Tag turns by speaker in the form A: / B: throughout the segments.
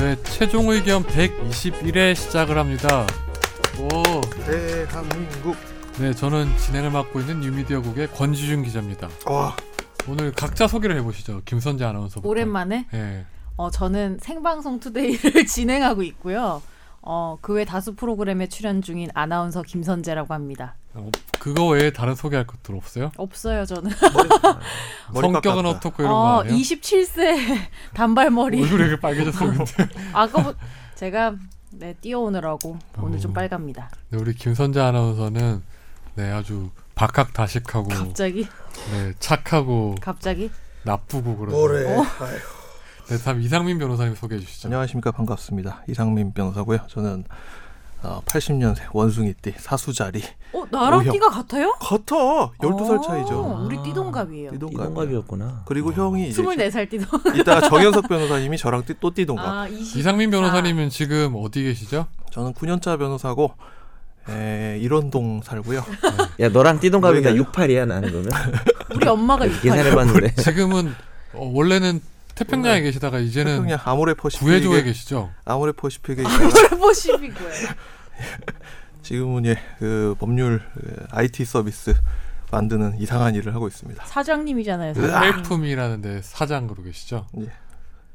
A: 네, 최종 의견 121회 시작을 합니다. 오,
B: 대한민국
A: 네, 저는 진행을 맡고 있는 뉴미디어국의 권지준 기자입니다.
B: 와
A: 오늘 각자 소개를 해보시죠. 김선재 아나운서부터.
C: 오랜만에
A: 예.
C: 어, 저는 생방송 투데이를 진행하고 있고요. 어, 그 외 다수 프로그램에 출연 중인 아나운서 김선재라고 합니다.
A: 어, 그거 외에 다른 소개할 것들 없어요?
C: 없어요, 저는.
B: 머리
A: 성격은
B: 깎았다.
A: 어떻고 이런 거
C: 어,
A: 아니에요?
C: 27세 단발머리.
A: 얼굴이 이렇게 빨개졌어 근데.
C: 아까 뭐 제가 네, 뛰어오느라고 오늘
A: 어.
C: 좀 빨갑니다.
A: 네, 우리 김선재 아나운서는 네 아주 박학다식하고
C: 갑자기
A: 네, 착하고
C: 갑자기
A: 나쁘고 그런.
B: 뭐래
C: 어.
B: 아유.
A: 네, 다음 이상민 변호사님 소개해 주시죠.
D: 안녕하십니까 반갑습니다 이상민 변호사고요 저는 어, 80년생 원숭이띠 사수자리
C: 어, 나랑
D: 오형.
C: 띠가 같아요?
D: 같아 12살
C: 어,
D: 차이죠
C: 우리 띠동갑이에요.
D: 띠동갑
E: 이동갑이었구나.
D: 그리고
A: 어.
D: 형이 이제
C: 24살 띠동.
D: 이따가 정현석 변호사님이 저랑 띠- 또 띠동갑
C: 아, 20.
A: 이상민 변호사님은 지금 어디 계시죠?
D: 저는 9년차 변호사고 에, 일원동 살고요
E: 야 너랑 띠동갑이가
D: 모르겠네.
E: 68이야 나는 그러면
C: 우리 엄마가 68.
E: 계산해 봤는데.
A: 지금은 어, 원래는 태평양에 계시다가 이제는
D: 태평양 아모레
A: 구해조에
D: 퍼시픽에
A: 계시죠.
D: 아모레 퍼시픽에 있다가
C: 트래버십이고요.
D: 지금은 예그 법률 그 IT 서비스 만드는 이상한 일을 하고 있습니다
C: 사장님이잖아요. 사장님.
A: 그 헬품이라는데 사장으로 계시죠.
D: 네. 예.
A: 네,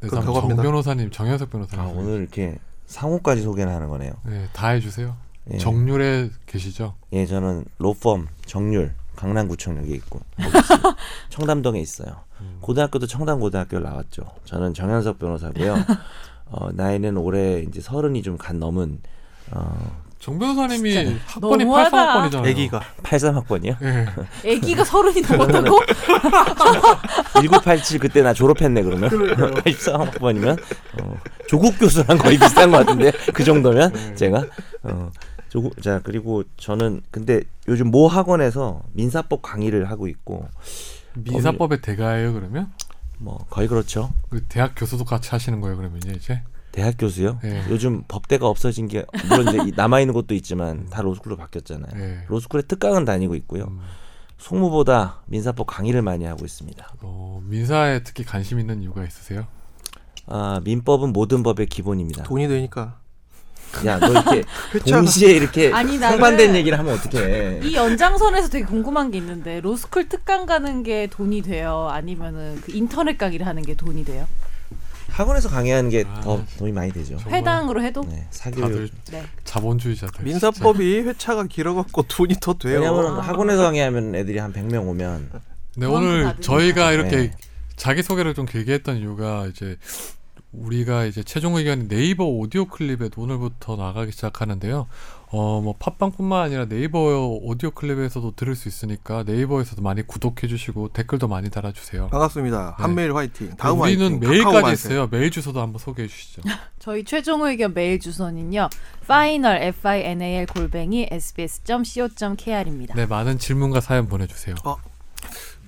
D: 그
A: 다음 정
D: 그겁니다.
A: 변호사님, 정현석 변호사님.
E: 아 오늘 이렇게 상호까지 소개를 하는 거네요.
A: 네, 다 해주세요.
E: 예,
A: 정률에 계시죠.
E: 예 저는 로펌 정률 강남구청역에 있고 청담동에 있어요. 고등학교도 청담고등학교를 나왔죠. 저는 정현석 변호사고요. 어, 나이는 올해 이제 서른이 좀 간 넘은 어,
A: 정 변호사님이
C: 진짜
A: 학번이
C: 너무하다.
A: 83학번이잖아요.
D: 애기가
E: 83학번이요.
A: 예.
C: 애기가 서른이 넘었다고?
E: 1987 그때 나 졸업했네 그러면 83학번이면 어, 조국 교수랑 거의 비슷한 것 같은데 그 정도면
A: 네.
E: 제가 어, 조국 자 그리고 저는 근데 요즘 모 학원에서 민사법 강의를 하고 있고
A: 민사법의 대가예요 그러면?
E: 뭐 거의 그렇죠
A: 그 대학 교수도 같이 하시는 거예요 그러면 이제?
E: 대학 교수요
A: 네.
E: 요즘 법대가 없어진 게 물론 이제 남아 있는 것도 있지만 다 로스쿨로 바뀌었잖아요
A: 네.
E: 로스쿨에 특강은 다니고 있고요
A: 음.
E: 송무보다 민사법 강의를 많이 하고 있습니다
A: 어, 민사에 특히 관심 있는 이유가 있으세요?
E: 아 민법은 모든 법의 기본입니다
D: 돈이 되니까
E: 야 너 이렇게
D: 회차가
E: 동시에 이렇게
C: 아니, 나는-
E: 상반된 얘기를 하면 어떡해
C: 이 연장선에서 되게 궁금한 게 있는데 로스쿨 특강 가는 게 돈이 돼요? 아니면은 그 인터넷 강의를 하는 게 돈이 돼요?
E: 학원에서 강의하는 게
A: 아,
E: 더 도움이 많이 되죠.
A: 정말
C: 회당으로 해도?
E: 네, 사교육.
A: 다들
C: 네.
A: 그 자본주의자들.
D: 민사법이 회차가 길어갖고 돈이 더 돼요
E: 왜냐면 학원에서 강의하면 애들이 한 100명 오면
A: 네
C: 그건
A: 오늘
C: 다들
A: 저희가 이렇게
E: 네.
A: 자기 소개를 좀 길게 했던 이유가 이제 우리가 이제 최종 의견 네이버 오디오 클립에도 오늘부터 나가기 시작하는데요. 어뭐 팟빵뿐만 아니라 네이버 오디오 클립에서도 들을 수 있으니까 네이버에서도 많이 구독해 주시고 댓글도 많이 달아 주세요.
D: 반갑습니다. 한메일 화이팅. 어, 다음
A: 네. 우리는
D: 화이팅. 카카오
A: 메일까지
D: 화이팅.
A: 있어요. 메일 주소도 한번 소개해 주시죠.
C: 저희 최종 의견 메일 주소는요. final f i n a l 골뱅이 sbs.co.kr입니다.
A: 네, 많은 질문과 사연 보내 주세요.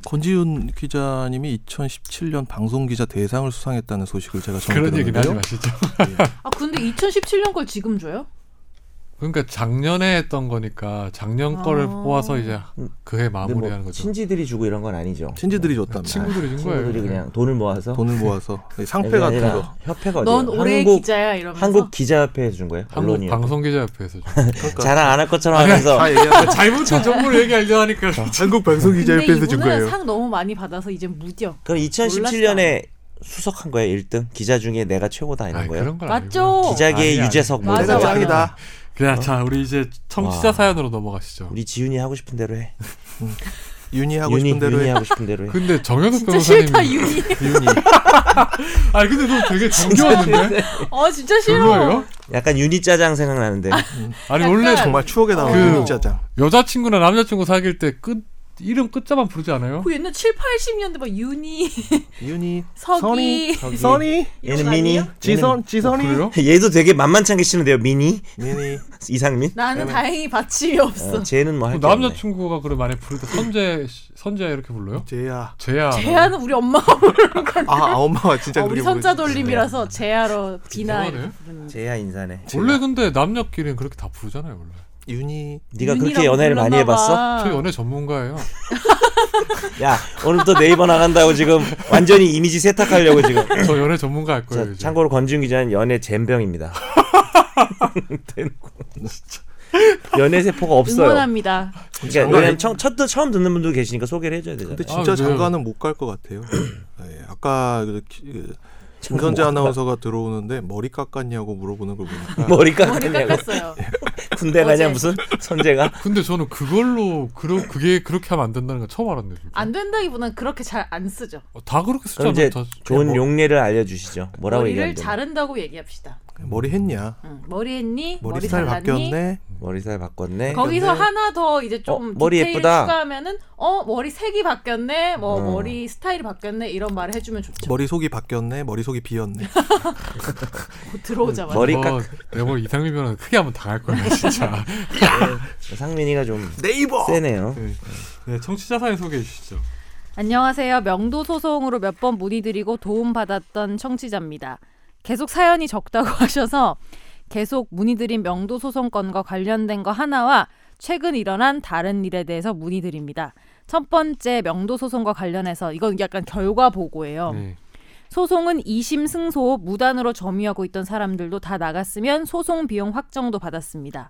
D: 권지윤 기자님이 2017년 방송 기자 대상을 수상했다는 소식을 제가 전해
A: 그런 얘기는 하지
D: 들었는데요.
A: 마시죠.
C: 아 근데 2017년 걸 지금 줘요?
A: 그러니까 작년에 했던 거니까 작년 거를
C: 아.
A: 뽑아서 이제 그해
E: 근데 뭐
A: 마무리하는 거죠.
E: 친지들이 주고 이런 건 아니죠.
A: 네.
D: 친지들이 줬답니다.
A: 친구들이 준 거예요.
E: 친구들이 그냥 돈을 모아서
D: 돈을 모아서 이 상패
E: 아니,
D: 같은
E: 아니라
D: 거.
E: 협회가
C: 넌
E: 어디예요?
C: 올해의
E: 한국
C: 기자야 이러면서
E: 한국 기자협회에서 준 거예요?
A: 한국
E: 언론이
A: 방송기자협회에서
D: 그러니까
E: 자랑 안 할 것처럼 하면서
D: 다 얘기한 거.
A: 잘못된 정보를 얘기하려 하니까
D: 한국 방송
C: 근데
D: 기자협회에서 준
C: 이분은
D: 거예요.
C: 상 너무 많이 받아서 이제 무뎌.
E: 그럼 2017년에 수석한 거예요 1등 기자 중에 내가 최고다 이런
A: 아니,
E: 거예요?
A: 그런 건
C: 맞죠?
E: 기자계의
A: 아니, 아니.
E: 유재석 뭐
C: 맞아,
E: 이런 거
C: 맞아.
D: 짱이다.
A: 그냥 자 우리 이제 청취자
E: 와.
A: 사연으로 넘어가시죠.
E: 우리 지윤이 하고 싶은 대로 해.
D: 윤이 하고
E: 윤이
D: 싶은 대로
E: 윤이
D: 해.
E: 하고 싶은 대로 해.
A: 근데 정현욱
C: 진짜 싫다
A: 변호사님이
C: 윤이.
D: 윤이.
A: 아니 근데 너 되게 정겨웠는데
C: 어 진짜 싫어.
A: 별로예요?
E: 약간 윤이 짜장 생각나는데
A: 아니
C: 약간-
A: 원래
D: 정말 추억에
A: 그-
D: 남는 윤짜장.
A: 여자친구나 남자친구 사귈 때 끝 이름 끝자만 부르지 않아요?
C: 그 옛날 7, 80년대 막 윤이
D: 윤이.
C: 서기.
D: 선이. 선이.
E: 얘는 미니
C: 아니에요?
D: 지선. 지선이.
A: 어, 그래요?
E: 얘도 되게 만만치 않게 치는데요 미니
D: 윤이.
E: 이상민
C: 나는 다행히 받침이 없어.
E: 어, 쟤는 뭐 할게 없네
A: 남자친구가 그래 만약에 부를 때 선재 씨- 선재야 이렇게 불러요?
D: 제야.
A: 재야
C: 제아는 우리 엄마가 부르는
D: 아, 아 엄마가 진짜
C: 어,
D: 그렇게
C: 우리 선자
D: 부르지.
C: 돌림이라서
D: 네.
C: 제아로
D: 그
C: 음. 비나
A: 이상하네.
C: 이렇게 부르는 거.
E: 쟤야 인사네
A: 원래 근데 남녀끼리는 그렇게 다 부르잖아요 원래
D: 윤이.
E: 네가
C: 윤이라고
E: 그렇게 연애를 많이
C: 불렀나
E: 해봤어?
C: 봐.
A: 저 연애 전문가예요
E: 야 오늘 또 네이버 나간다고 지금 완전히 이미지 세탁하려고 지금.
A: 저 연애 전문가 할 거예요.
E: 자,
A: 이제.
E: 참고로 권지훈 기자는 연애 잼병입니다. 대놓고. 연애 세포가 없어요.
C: 응원합니다.
E: 그러니까 왜냐면 처, 첫, 처음 듣는 분도 계시니까 소개를 해줘야 되잖아요.
D: 근데
A: 아,
D: 진짜
A: 그래요?
D: 장가는 못 갈 것 같아요. 예, 아까 그 기- 그 김선재 아나운서가 들어오는데 머리 깎았냐고 물어보는 걸 보니까
E: 머리
C: 머리
E: 깎았냐고
C: 깎았어요.
E: 군대 가냐
C: 어제.
E: 무슨 선재가
A: 근데 저는 그걸로 그러, 그게 그렇게 하면 안 된다는 거 처음 알았네요. 진짜.
C: 안 된다기보단 그렇게 잘 안 쓰죠.
A: 어, 다 그렇게
E: 그럼
A: 쓰잖아요.
E: 이제
A: 다-
E: 좋은
A: 뭐-
E: 용례를 알려주시죠. 뭐라고
C: 머리를
E: 얘기하면 되나?
C: 자른다고 얘기합시다.
D: 머리 했냐?
C: 응. 머리 했니?
D: 머리,
C: 머리
D: 스타일
C: 잘랐니?
D: 바뀌었네.
E: 머리살 바꿨네.
C: 거기서
D: 바뀌었네.
C: 하나 더 이제 좀
E: 어, 머리
C: 디테일
E: 예쁘다.
C: 추가하면은 어 머리 색이 바뀌었네, 뭐
E: 음.
C: 머리 스타일이 바뀌었네 이런 말을 해주면 좋죠.
D: 머리 속이 바뀌었네. 머리 속이 비었네.
C: 뭐 들어오자마자
E: 머리
A: 뭐,
E: 깎
A: 내가 뭐 이상민 변호사 크게 한번 당할 거예요 진짜.
E: 상민이가 좀
D: 네이버.
E: 세네요.
A: 네, 청취자 사연 소개해 주시죠.
C: 안녕하세요. 명도 소송으로 몇 번 문의드리고 도움받았던 청취자입니다. 계속 사연이 적다고 하셔서 계속 문의드린 명도 소송 건과 관련된 거 하나와 최근 일어난 다른 일에 대해서 문의드립니다. 첫 번째 명도 소송과 관련해서 이건 약간 결과 보고예요.
A: 네.
C: 소송은 2심 승소 무단으로 점유하고 있던 사람들도 다 나갔으면 소송 비용 확정도 받았습니다.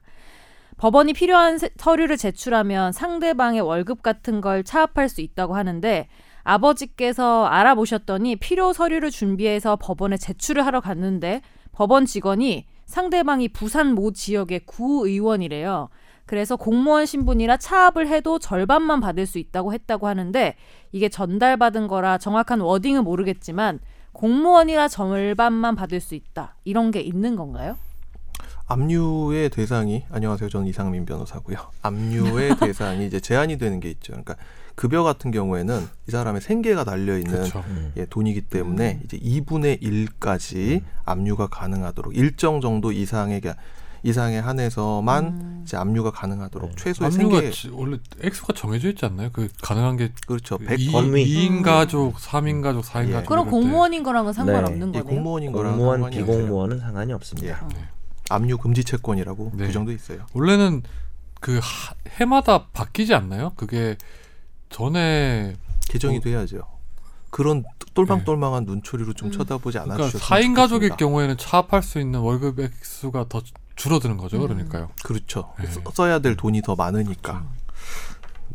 C: 법원이 필요한 세- 서류를 제출하면 상대방의 월급 같은 걸 차압할 수 있다고 하는데 아버지께서 알아보셨더니 필요 서류를 준비해서 법원에 제출을 하러 갔는데 법원 직원이 상대방이 부산 모 지역의 구의원이래요. 그래서 공무원 신분이라 차압을 해도 절반만 받을 수 있다고 했다고 하는데 이게 전달받은 거라 정확한 워딩은 모르겠지만 공무원이라 절반만 받을 수 있다 이런 게 있는 건가요?
D: 압류의 대상이 안녕하세요. 저는 이상민 변호사고요. 압류의 대상이 이제 제한이 되는 게 있죠. 그러니까 급여 같은 경우에는 이 사람의 생계가 달려 있는
A: 그렇죠.
E: 네.
D: 예, 돈이기 때문에 이제 2분의 1까지 압류가 가능하도록 일정 정도 이상의 게- 이상에 한해서만
C: 음.
D: 이제 압류가
E: 네.
D: 가능하도록 최소의
A: 압류가
D: 생계
A: 지- 원래 액수가 정해져 있지 않나요? 그 가능한 게
D: 그렇죠. 100
A: 이,
E: 범위. 음.
A: 2인 가족, 3인 가족, 4인
D: 예.
A: 가족.
C: 음. 그럼
A: 네, 이럴 때
C: 공무원인 거랑은 상관없는
D: 예,
C: 거네요.
D: 공무원인 거랑
E: 공무원
D: 상관이 없어요. 예.
E: 비공무원은 상관이 없습니다.
D: 압류 금지 채권이라고 그
A: 네.
D: 규정돼 있어요.
A: 원래는 그 하- 해마다 바뀌지 않나요? 그게 전에
D: 개정이
A: 어. 네.
D: 돼야죠. 그런 똘망똘망한 눈초리로 좀 쳐다보지 않아
A: 그러니까
D: 주셨으면
A: 4인 가족일
D: 좋겠습니다.
A: 경우에는 차압할 수 있는 월급 액수가 더 줄어드는 거죠.
C: 음.
A: 그러니까요.
D: 그렇죠.
A: 예.
D: 써- 써야 될 돈이 더 많으니까.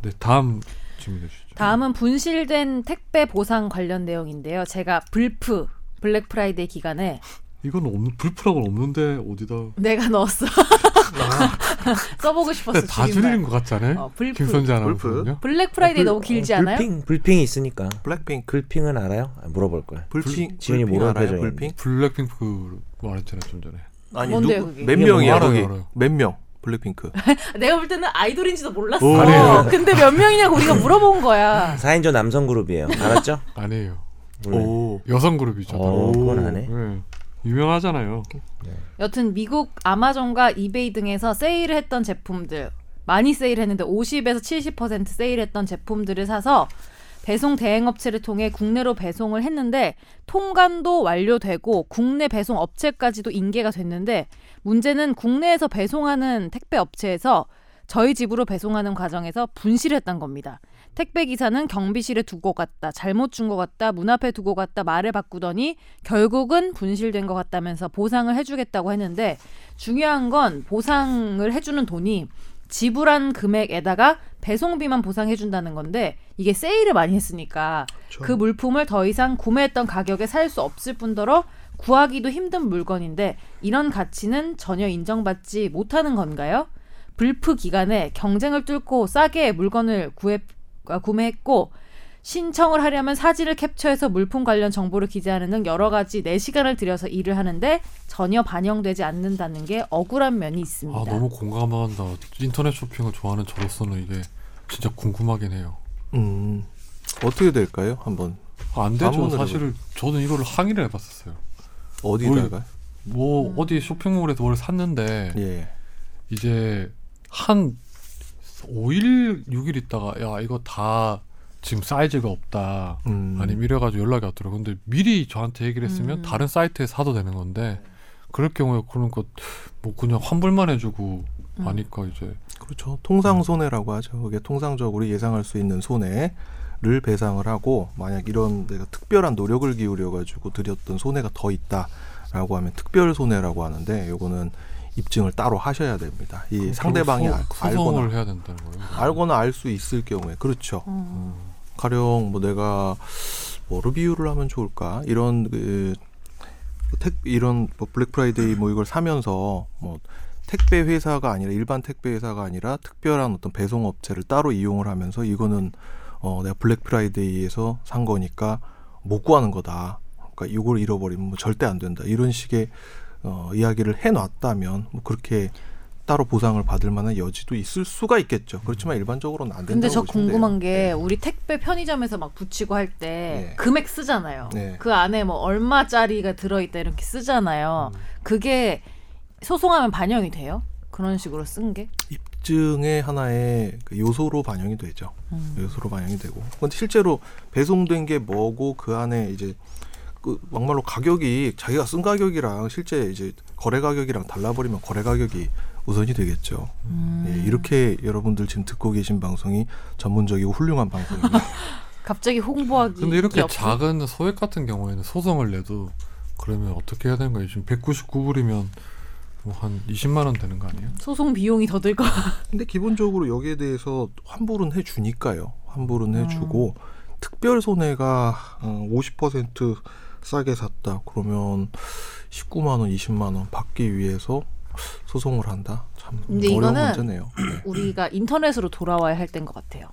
A: 네, 다음 질문해 주시죠.
C: 다음은 분실된 택배 보상 관련 내용인데요. 제가 불프 블랙 프라이데이 기간에
A: 이건 없는, 불프라고 없는데 어디다?
C: 내가 넣었어.
A: 그렇죠. 아.
C: 써보고 싶었어.
A: 근데 네, 다
C: 줄임말.
A: 줄이는 것 같지 않아요?
C: 어, 불프.
A: 김선재
D: 불프.
A: 아나운서는요?
C: 블랙 프라이데이
E: 불-
C: 너무 길지
E: 어,
C: 않아요?
E: 불핑 불핑이 있으니까.
D: 블랙핑크,
E: 불핑은 알아요? 아, 물어볼 걸.
D: 불핑,
E: 지훈이
D: 불핑
E: 모르는
D: 알아요?
E: 표정이야.
D: 불핑?
A: 블랙핑크 말했잖아요 좀 전에.
D: 아니
C: 뭔데요,
D: 누구
C: 그게?
D: 몇
A: 이게
D: 명이야
A: 뭔가
D: 거기?
A: 알아요, 알아요.
D: 몇 명? 블랙핑크.
C: 내가 볼 때는 아이돌인지도 몰랐어.
A: 오. 아니에요.
C: 근데 몇 명이냐고 우리가 물어본 거야.
E: 4인조 남성 그룹이에요. 알았죠?
A: 아니에요.
E: 몰라요.
D: 오.
A: 여성 그룹이죠.
E: 어,
A: 다.
E: 그건 안 해.
A: 네. 유명하잖아요.
C: 여튼 미국 아마존과 이베이 등에서 세일을 했던 제품들 많이 세일했는데 50에서 70% 세일했던 제품들을 사서 배송 대행 업체를 통해 국내로 배송을 했는데 통관도 완료되고 국내 배송 업체까지도 인계가 됐는데 문제는 국내에서 배송하는 택배 업체에서 저희 집으로 배송하는 과정에서 분실했던 겁니다. 택배 기사는 경비실에 두고 갔다, 잘못 준 것 같다, 문 앞에 두고 갔다 말을 바꾸더니 결국은 분실된 것 같다면서 보상을 해주겠다고 했는데 중요한 건 보상을 해주는 돈이 지불한 금액에다가 배송비만 보상해준다는 건데 이게 세일을 많이 했으니까 그 물품을 더 이상 구매했던 가격에 살 수 없을 뿐더러 구하기도 힘든 물건인데 이런 가치는 전혀 인정받지 못하는 건가요? 불프 기간에 경쟁을 뚫고 싸게 물건을 구해, 아, 구매했고 신청을 하려면 사진을 캡처해서 물품 관련 정보를 기재하는 등 여러 가지 내 시간을 들여서 일을 하는데 전혀 반영되지 않는다는 게 억울한 면이 있습니다.
A: 아 너무 공감한다. 인터넷 쇼핑을 좋아하는 저로서는 이게 진짜 궁금하긴 해요.
D: 음. 어떻게 될까요? 한번
A: 아, 안 되죠.
D: 아무거나
A: 사실은 저는 이걸 항의를 해봤었어요.
D: 어디다가?
A: 뭐
C: 음.
A: 어디 쇼핑몰에서 뭘 샀는데
D: 예.
A: 이제 한 5일, 6일 있다가 야 이거 다 지금 사이즈가 없다.
D: 음.
A: 아니면 이래가지고 연락이 왔더라고. 근데 미리 저한테 얘기를 했으면
C: 음. 네.
A: 다른 사이트에 사도 되는 건데 그럴 경우에 그런 거뭐 그냥 환불만 뭐 해주고
C: 음.
A: 아니까 이제
D: 그렇죠. 통상 손해라고 하죠. 이게 통상적으로 예상할 수 있는 손해를 배상을 하고 만약 이런 내가 특별한 노력을 기울여 가지고 드렸던 손해가 더 있다라고 하면 특별 손해라고 하는데 요거는 입증을 따로 하셔야 됩니다. 이 상대방이 알- 알거나
A: 소송을 해야 된다는 거예요.
D: 알거나 알 수 있을 경우에 그렇죠.
C: 음.
D: 가령 뭐 내가 뭐로 비유를 하면 좋을까 이런 그 택, 이런 뭐 블랙프라이데이 뭐 이걸 사면서 뭐 택배 회사가 아니라 일반 택배 회사가 아니라 특별한 어떤 배송 업체를 따로 이용을 하면서 이거는 어 내가 블랙프라이데이에서 산 거니까 못 구하는 거다. 그러니까 이걸 잃어버리면 뭐 절대 안 된다. 이런 식의 어 이야기를 해놨다면 뭐 그렇게 따로 보상을 받을 만한 여지도 있을 수가 있겠죠. 그렇지만 일반적으로는 안 된다고
C: 근데 저
D: 보시면 돼요.
C: 궁금한 게
D: 네.
C: 우리 택배 편의점에서 막 붙이고 할 때
D: 네.
C: 금액 쓰잖아요.
D: 네.
C: 그 안에 뭐 얼마짜리가 들어있다 이렇게 쓰잖아요. 그게 소송하면 반영이 돼요? 그런 식으로 쓴 게?
D: 입증의 하나의 그 요소로 반영이 되죠.
C: 음.
D: 요소로 반영이 되고. 근데 실제로 배송된 게 뭐고 그 안에 이제 그 막말로 가격이 자기가 쓴 가격이랑 실제 이제 거래 가격이랑 달라버리면 거래 가격이 우선이 되겠죠.
C: 음.
D: 예, 이렇게 여러분들 지금 듣고 계신 방송이 전문적이고 훌륭한 방송입니다.
C: 갑자기 홍보하기.
A: 근데 이렇게
C: 없어?
A: 작은 소액 같은 경우에는 소송을 내도 그러면 어떻게 해야 되는 거예요? 지금 199불이면 뭐 한 20만 원 되는 거 아니에요?
C: 소송 비용이 더 들까?
D: 근데 기본적으로 여기에 대해서 환불은 해주니까요. 환불은
C: 음.
D: 해주고 특별 손해가 어, 50% 싸게 샀다. 그러면 19만 원, 20만 원 받기 위해서 소송을 한다. 참
C: 근데
D: 어려운
C: 이거는
D: 문제네요. 네.
C: 우리가 인터넷으로 돌아와야 할 때인 것 같아요.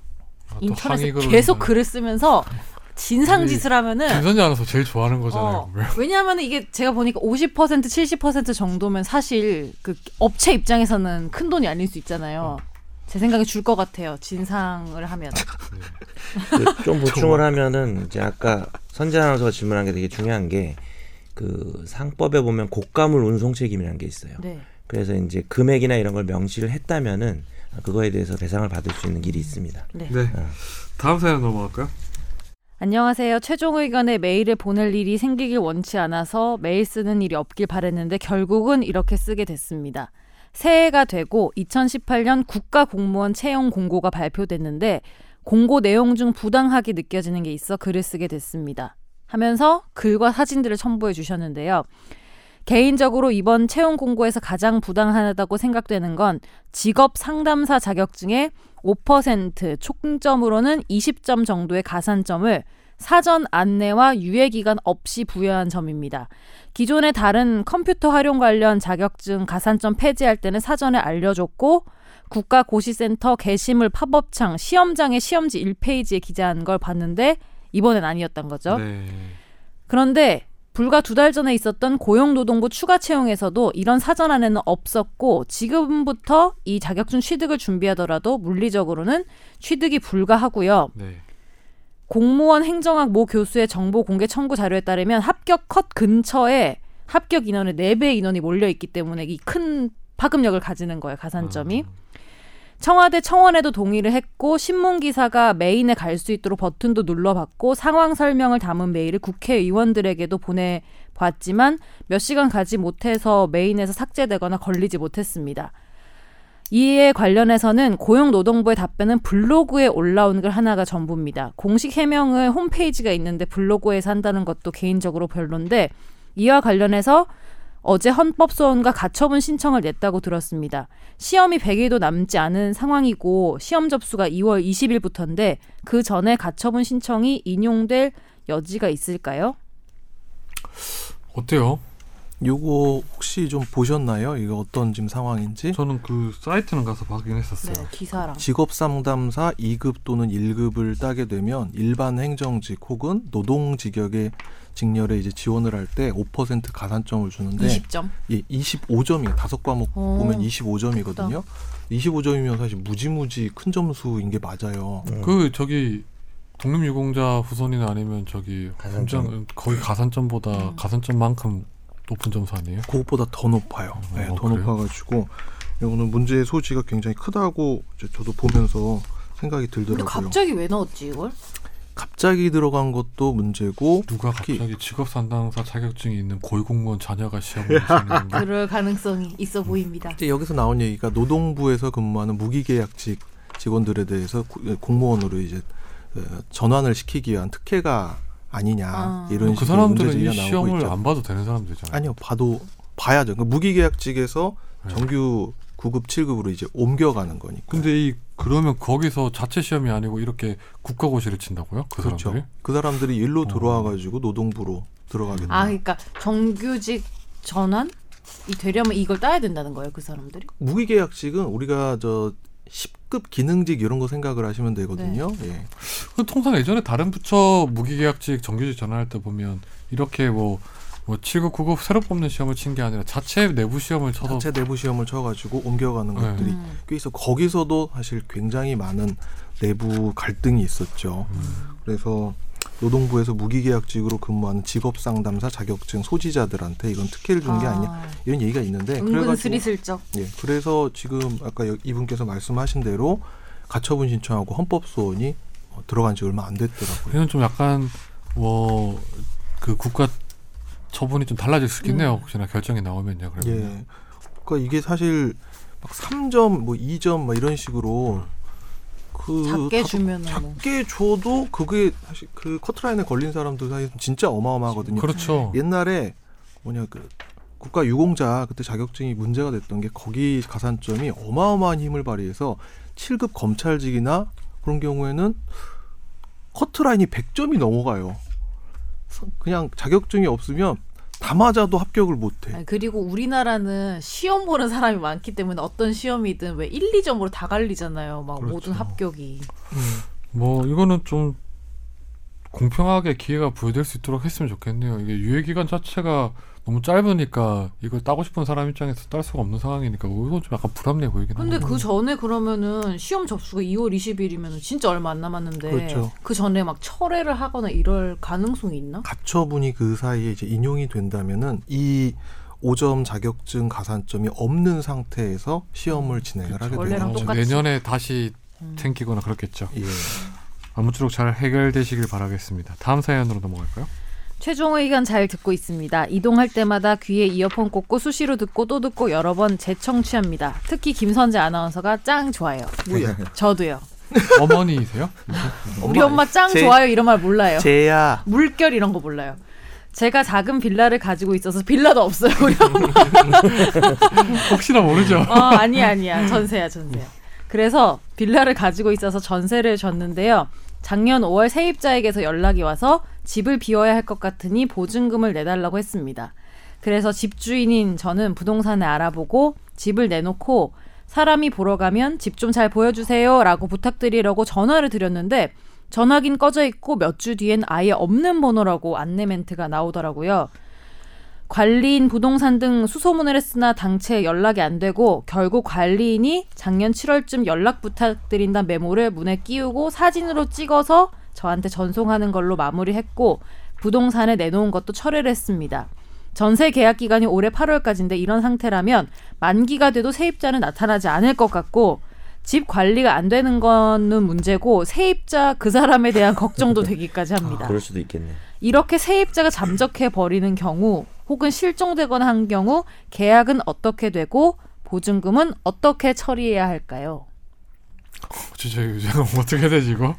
A: 아, 또
C: 인터넷에
A: 항의글을
C: 계속
A: 올리면-
C: 글을 쓰면서 진상 짓을 하면은
A: 김선희 아나서 제일 좋아하는 거잖아요.
C: 어,
A: 그러면.
C: 왜냐하면 이게 제가 보니까 50% 70% 정도면 사실 그 업체 입장에서는 큰 돈이 아닐 수 있잖아요.
A: 어.
C: 제 생각에 줄 것 같아요. 진상을 하면.
E: 그좀 보충을 하면은 이제 아까 선재 아나운서가 질문한 게 되게 중요한 게 그 상법에 보면 곡가물 운송 책임이라는 게 있어요.
C: 네.
E: 그래서 이제 금액이나 이런 걸 명시를 했다면은 그거에 대해서 배상을 받을 수 있는 길이 있습니다.
A: 네. 다음 사연 넘어갈까요?
C: 안녕하세요. 최종 의견에 메일을 보낼 일이 생기길 원치 않아서 메일 쓰는 일이 없길 바랬는데 결국은 이렇게 쓰게 됐습니다. 새해가 되고 2018년 국가 공무원 채용 공고가 발표됐는데 공고 내용 중 부당하게 느껴지는 게 있어 글을 쓰게 됐습니다. 하면서 글과 사진들을 첨부해 주셨는데요. 개인적으로 이번 채용 공고에서 가장 부당하다고 생각되는 건 직업 상담사 자격증의 5% 총점으로는 20점 정도의 가산점을 사전 안내와 유예 기간 없이 부여한 점입니다. 기존의 다른 컴퓨터 활용 관련 자격증 가산점 폐지할 때는 사전에 알려줬고 국가고시센터 게시물 팝업창 시험장의 시험지 1페이지에 기재한 걸 봤는데 이번엔 아니었던 거죠.
A: 네.
C: 그런데 불과 두 달 전에 있었던 고용노동부 추가 채용에서도 이런 사전 안에는 없었고 지금부터 이 자격증 취득을 준비하더라도 물리적으로는 취득이 불가하고요.
A: 네.
C: 공무원 행정학 모 교수의 정보 공개 청구 자료에 따르면 합격 컷 근처에 합격 인원의 4배 인원이 몰려 있기 때문에 이 큰 파급력을 가지는 거예요. 가산점이. 청와대 청원에도 동의를 했고 신문 기사가 메인에 갈 수 있도록 버튼도 눌러봤고 상황 설명을 담은 메일을 국회의원들에게도 보내봤지만 몇 시간 가지 못해서 메인에서 삭제되거나 걸리지 못했습니다. 이에 관련해서는 고용노동부의 답변은 블로그에 올라온 글 하나가 전부입니다. 공식 해명을 홈페이지가 있는데 블로그에서 한다는 것도 개인적으로 별론데 이와 관련해서 어제 헌법소원과 가처분 신청을 냈다고 들었습니다. 시험이 100일도 남지 않은 상황이고 시험 접수가 2월 20일부터인데 그 전에 가처분 신청이 인용될 여지가 있을까요?
A: 어때요?
D: 요거 혹시 좀 보셨나요? 이거 어떤 지금 상황인지?
A: 저는 그 사이트는 가서 봤긴 했었어요.
C: 네, 기사랑.
D: 직업 상담사 2급 또는 1급을 따게 되면 일반 행정직 혹은 노동 직역의 직렬에 이제 지원을 할 때 5% 가산점을 주는데
C: 20점.
D: 예, 25점이에요. 다섯 과목
C: 오,
D: 보면 25점이거든요. 25점이면 사실 무지무지 큰 점수인 게 맞아요.
A: 그 저기 독립유공자 후손이나 아니면 저기
E: 가산점.
A: 훈장- 거의 가산점보다 가산점만큼 높은 점수 아니에요?
D: 그것보다 더 높아요. 예,
A: 어,
D: 더
A: 그래요?
D: 높아가지고 이거는 문제의 소지가 굉장히 크다고 이제 저도 보면서 생각이 들더라고요.
C: 왜 넣었지 이걸?
D: 갑자기 들어간 것도 문제고
A: 누가
D: 특히-
A: 갑자기 직업 상담사 자격증이 있는 고위공무원 자녀가 시험을 치는 게뭐
C: 그럴 가능성이 있어 보입니다.
D: 이제 여기서 나온 얘기가 노동부에서 근무하는 무기계약직 직원들에 대해서 고- 예, 공무원으로 이제 어, 전환을 시키기 위한 특혜가 아니냐
C: 아.
D: 이런
A: 그
D: 식의
A: 사람들은 이
D: 문제제기가 나오고
A: 시험을
D: 있죠.
A: 안 봐도 되는 사람들이잖아요.
D: 아니요 봐도 봐야죠. 그 무기계약직에서
A: 네.
D: 정규 9급 7급으로 이제 옮겨가는 거니까.
A: 근데 이 그러면 거기서 자체 시험이 아니고 이렇게 국가고시를 친다고요? 그
D: 그렇죠.
A: 사람들이?
D: 그 사람들이 일로
A: 어.
D: 들어와가지고 노동부로 들어가게
C: 아
D: 다
C: 그러니까 정규직 전환이 되려면 이걸 따야 된다는 거예요 그 사람들이?
D: 무기계약직은 우리가 저 10급 기능직 이런 거 생각을 하시면 되거든요.
C: 네.
D: 예.
A: 그 통상 예전에 다른 부처 무기계약직 정규직 전환할 때 보면 이렇게 뭐, 뭐 7급, 9급 새로 뽑는 시험을 친 게 아니라 자체 내부 시험을 쳐서
D: 자체 내부 시험을 쳐가지고 옮겨가는
A: 네.
D: 것들이
C: 음.
D: 꽤 있어. 거기서도 사실 굉장히 많은 내부 갈등이 있었죠.
A: 음.
D: 그래서 노동부에서 무기계약직으로 근무하는 직업상담사 자격증 소지자들한테 이건 특혜를 준 게 네,
C: 아.
D: 아. 니냐 이런 얘기가 있는데
C: 은근 스리슬쩍.
D: 예, 그래서 지금 아까 여- 이분께서 말씀하신 대로 가처분 신청하고 헌법소원이 어, 들어간 지 얼마 안 됐더라고요.
A: 이건 좀 약간 뭐 그 국가 처분이 좀 달라질 수 있겠네요. 혹시나 결정이 나오면요. 그러면
D: 음. 예. 그러니까 이게 사실 막 3점 뭐 2점 막 이런 식으로 그
C: 작게
D: 다-
C: 주면은 뭐.
D: 작게 줘도 그게 사실 그 커트라인에 걸린 사람들 사이 진짜 어마어마하거든요.
A: 그렇죠.
D: 옛날에 뭐냐 그 국가 유공자 그때 자격증이 문제가 됐던 게 거기 가산점이 어마어마한 힘을 발휘해서 7급 검찰직이나 그런 경우에는 커트라인이 100점이 넘어가요. 서- 그냥 자격증이 없으면 다 맞아도 합격을 못 해.
C: 아니, 그리고 우리나라는 시험 보는 사람이 많기 때문에 어떤 시험이든 왜 1, 2점으로 다 갈리잖아요. 막
A: 그렇죠.
C: 모든 합격이.
D: 음.
A: 뭐 이거는 좀 공평하게 기회가 부여될 수 있도록 했으면 좋겠네요. 이게 유예 기간 자체가 너무 짧으니까 이걸 따고 싶은 사람 입장에서 딸 수가 없는 상황이니까 이건 좀 약간 불합리해 보이긴
C: 근데
A: 합니다.
C: 그 전에 그러면은 시험 접수가 2월 20일이면 진짜 얼마 안 남았는데
D: 그렇죠.
C: 그 전에 막 철회를 하거나 이럴 가능성이 있나?
D: 가처분이 그 사이에 이제 인용이 된다면은 이 5점 자격증 가산점이 없는 상태에서 시험을 진행을 하게 되는
C: 원래랑
D: 거죠.
C: 똑같이.
A: 어,
C: 음. 뭐
A: 내년에 다시 챙기거나 그렇겠죠.
D: 예.
A: 아무쪼록 잘 해결되시길 바라겠습니다. 다음 사연으로 넘어갈까요?
C: 최종 의견 잘 듣고 있습니다. 이동할 때마다 귀에 이어폰 꽂고 수시로 듣고 또 듣고 여러 번 재청취합니다. 특히 김선재 아나운서가 짱 좋아요.
D: 뭐야?
C: 저도요.
A: 어머니이세요?
C: 우리 엄마 짱
B: 제-
C: 좋아요 이런 말 몰라요.
A: 뭐
B: 제야
C: 물결 이런 거 몰라요. 제가 작은 빌라를 가지고 있어서 빌라도 없어요. 우리 엄마.
A: 혹시나 모르죠.
C: 어, 아니야 아니야 전세야 전세야. 그래서 빌라를 가지고 있어서 전세를 줬는데요. 작년 5월 세입자에게서 연락이 와서 집을 비워야 할 것 같으니 보증금을 내달라고 했습니다. 그래서 집주인인 저는 부동산을 알아보고 집을 내놓고 사람이 보러 가면 집 좀 잘 보여주세요 라고 부탁드리려고 전화를 드렸는데 전화긴 꺼져 있고 몇 주 뒤엔 아예 없는 번호라고 안내 멘트가 나오더라고요. 관리인 부동산 등 수소문을 했으나 당체 연락이 안 되고 결국 관리인이 작년 7월쯤 연락 부탁드린다 메모를 문에 끼우고 사진으로 찍어서 저한테 전송하는 걸로 마무리했고 부동산에 내놓은 것도 철회를 했습니다. 전세 계약 기간이 올해 8월까지인데 이런 상태라면 만기가 돼도 세입자는 나타나지 않을 것 같고 집 관리가 안 되는 거는 문제고 세입자 그 사람에 대한 걱정도 되기까지 합니다.
E: 아, 그럴 수도 있겠네.
C: 이렇게 세입자가 잠적해 버리는 경우 혹은 실종되거나 한 경우 계약은 어떻게 되고 보증금은 어떻게 처리해야 할까요?
A: 진짜 이거 뭐 어떻게 해야 되지 이거?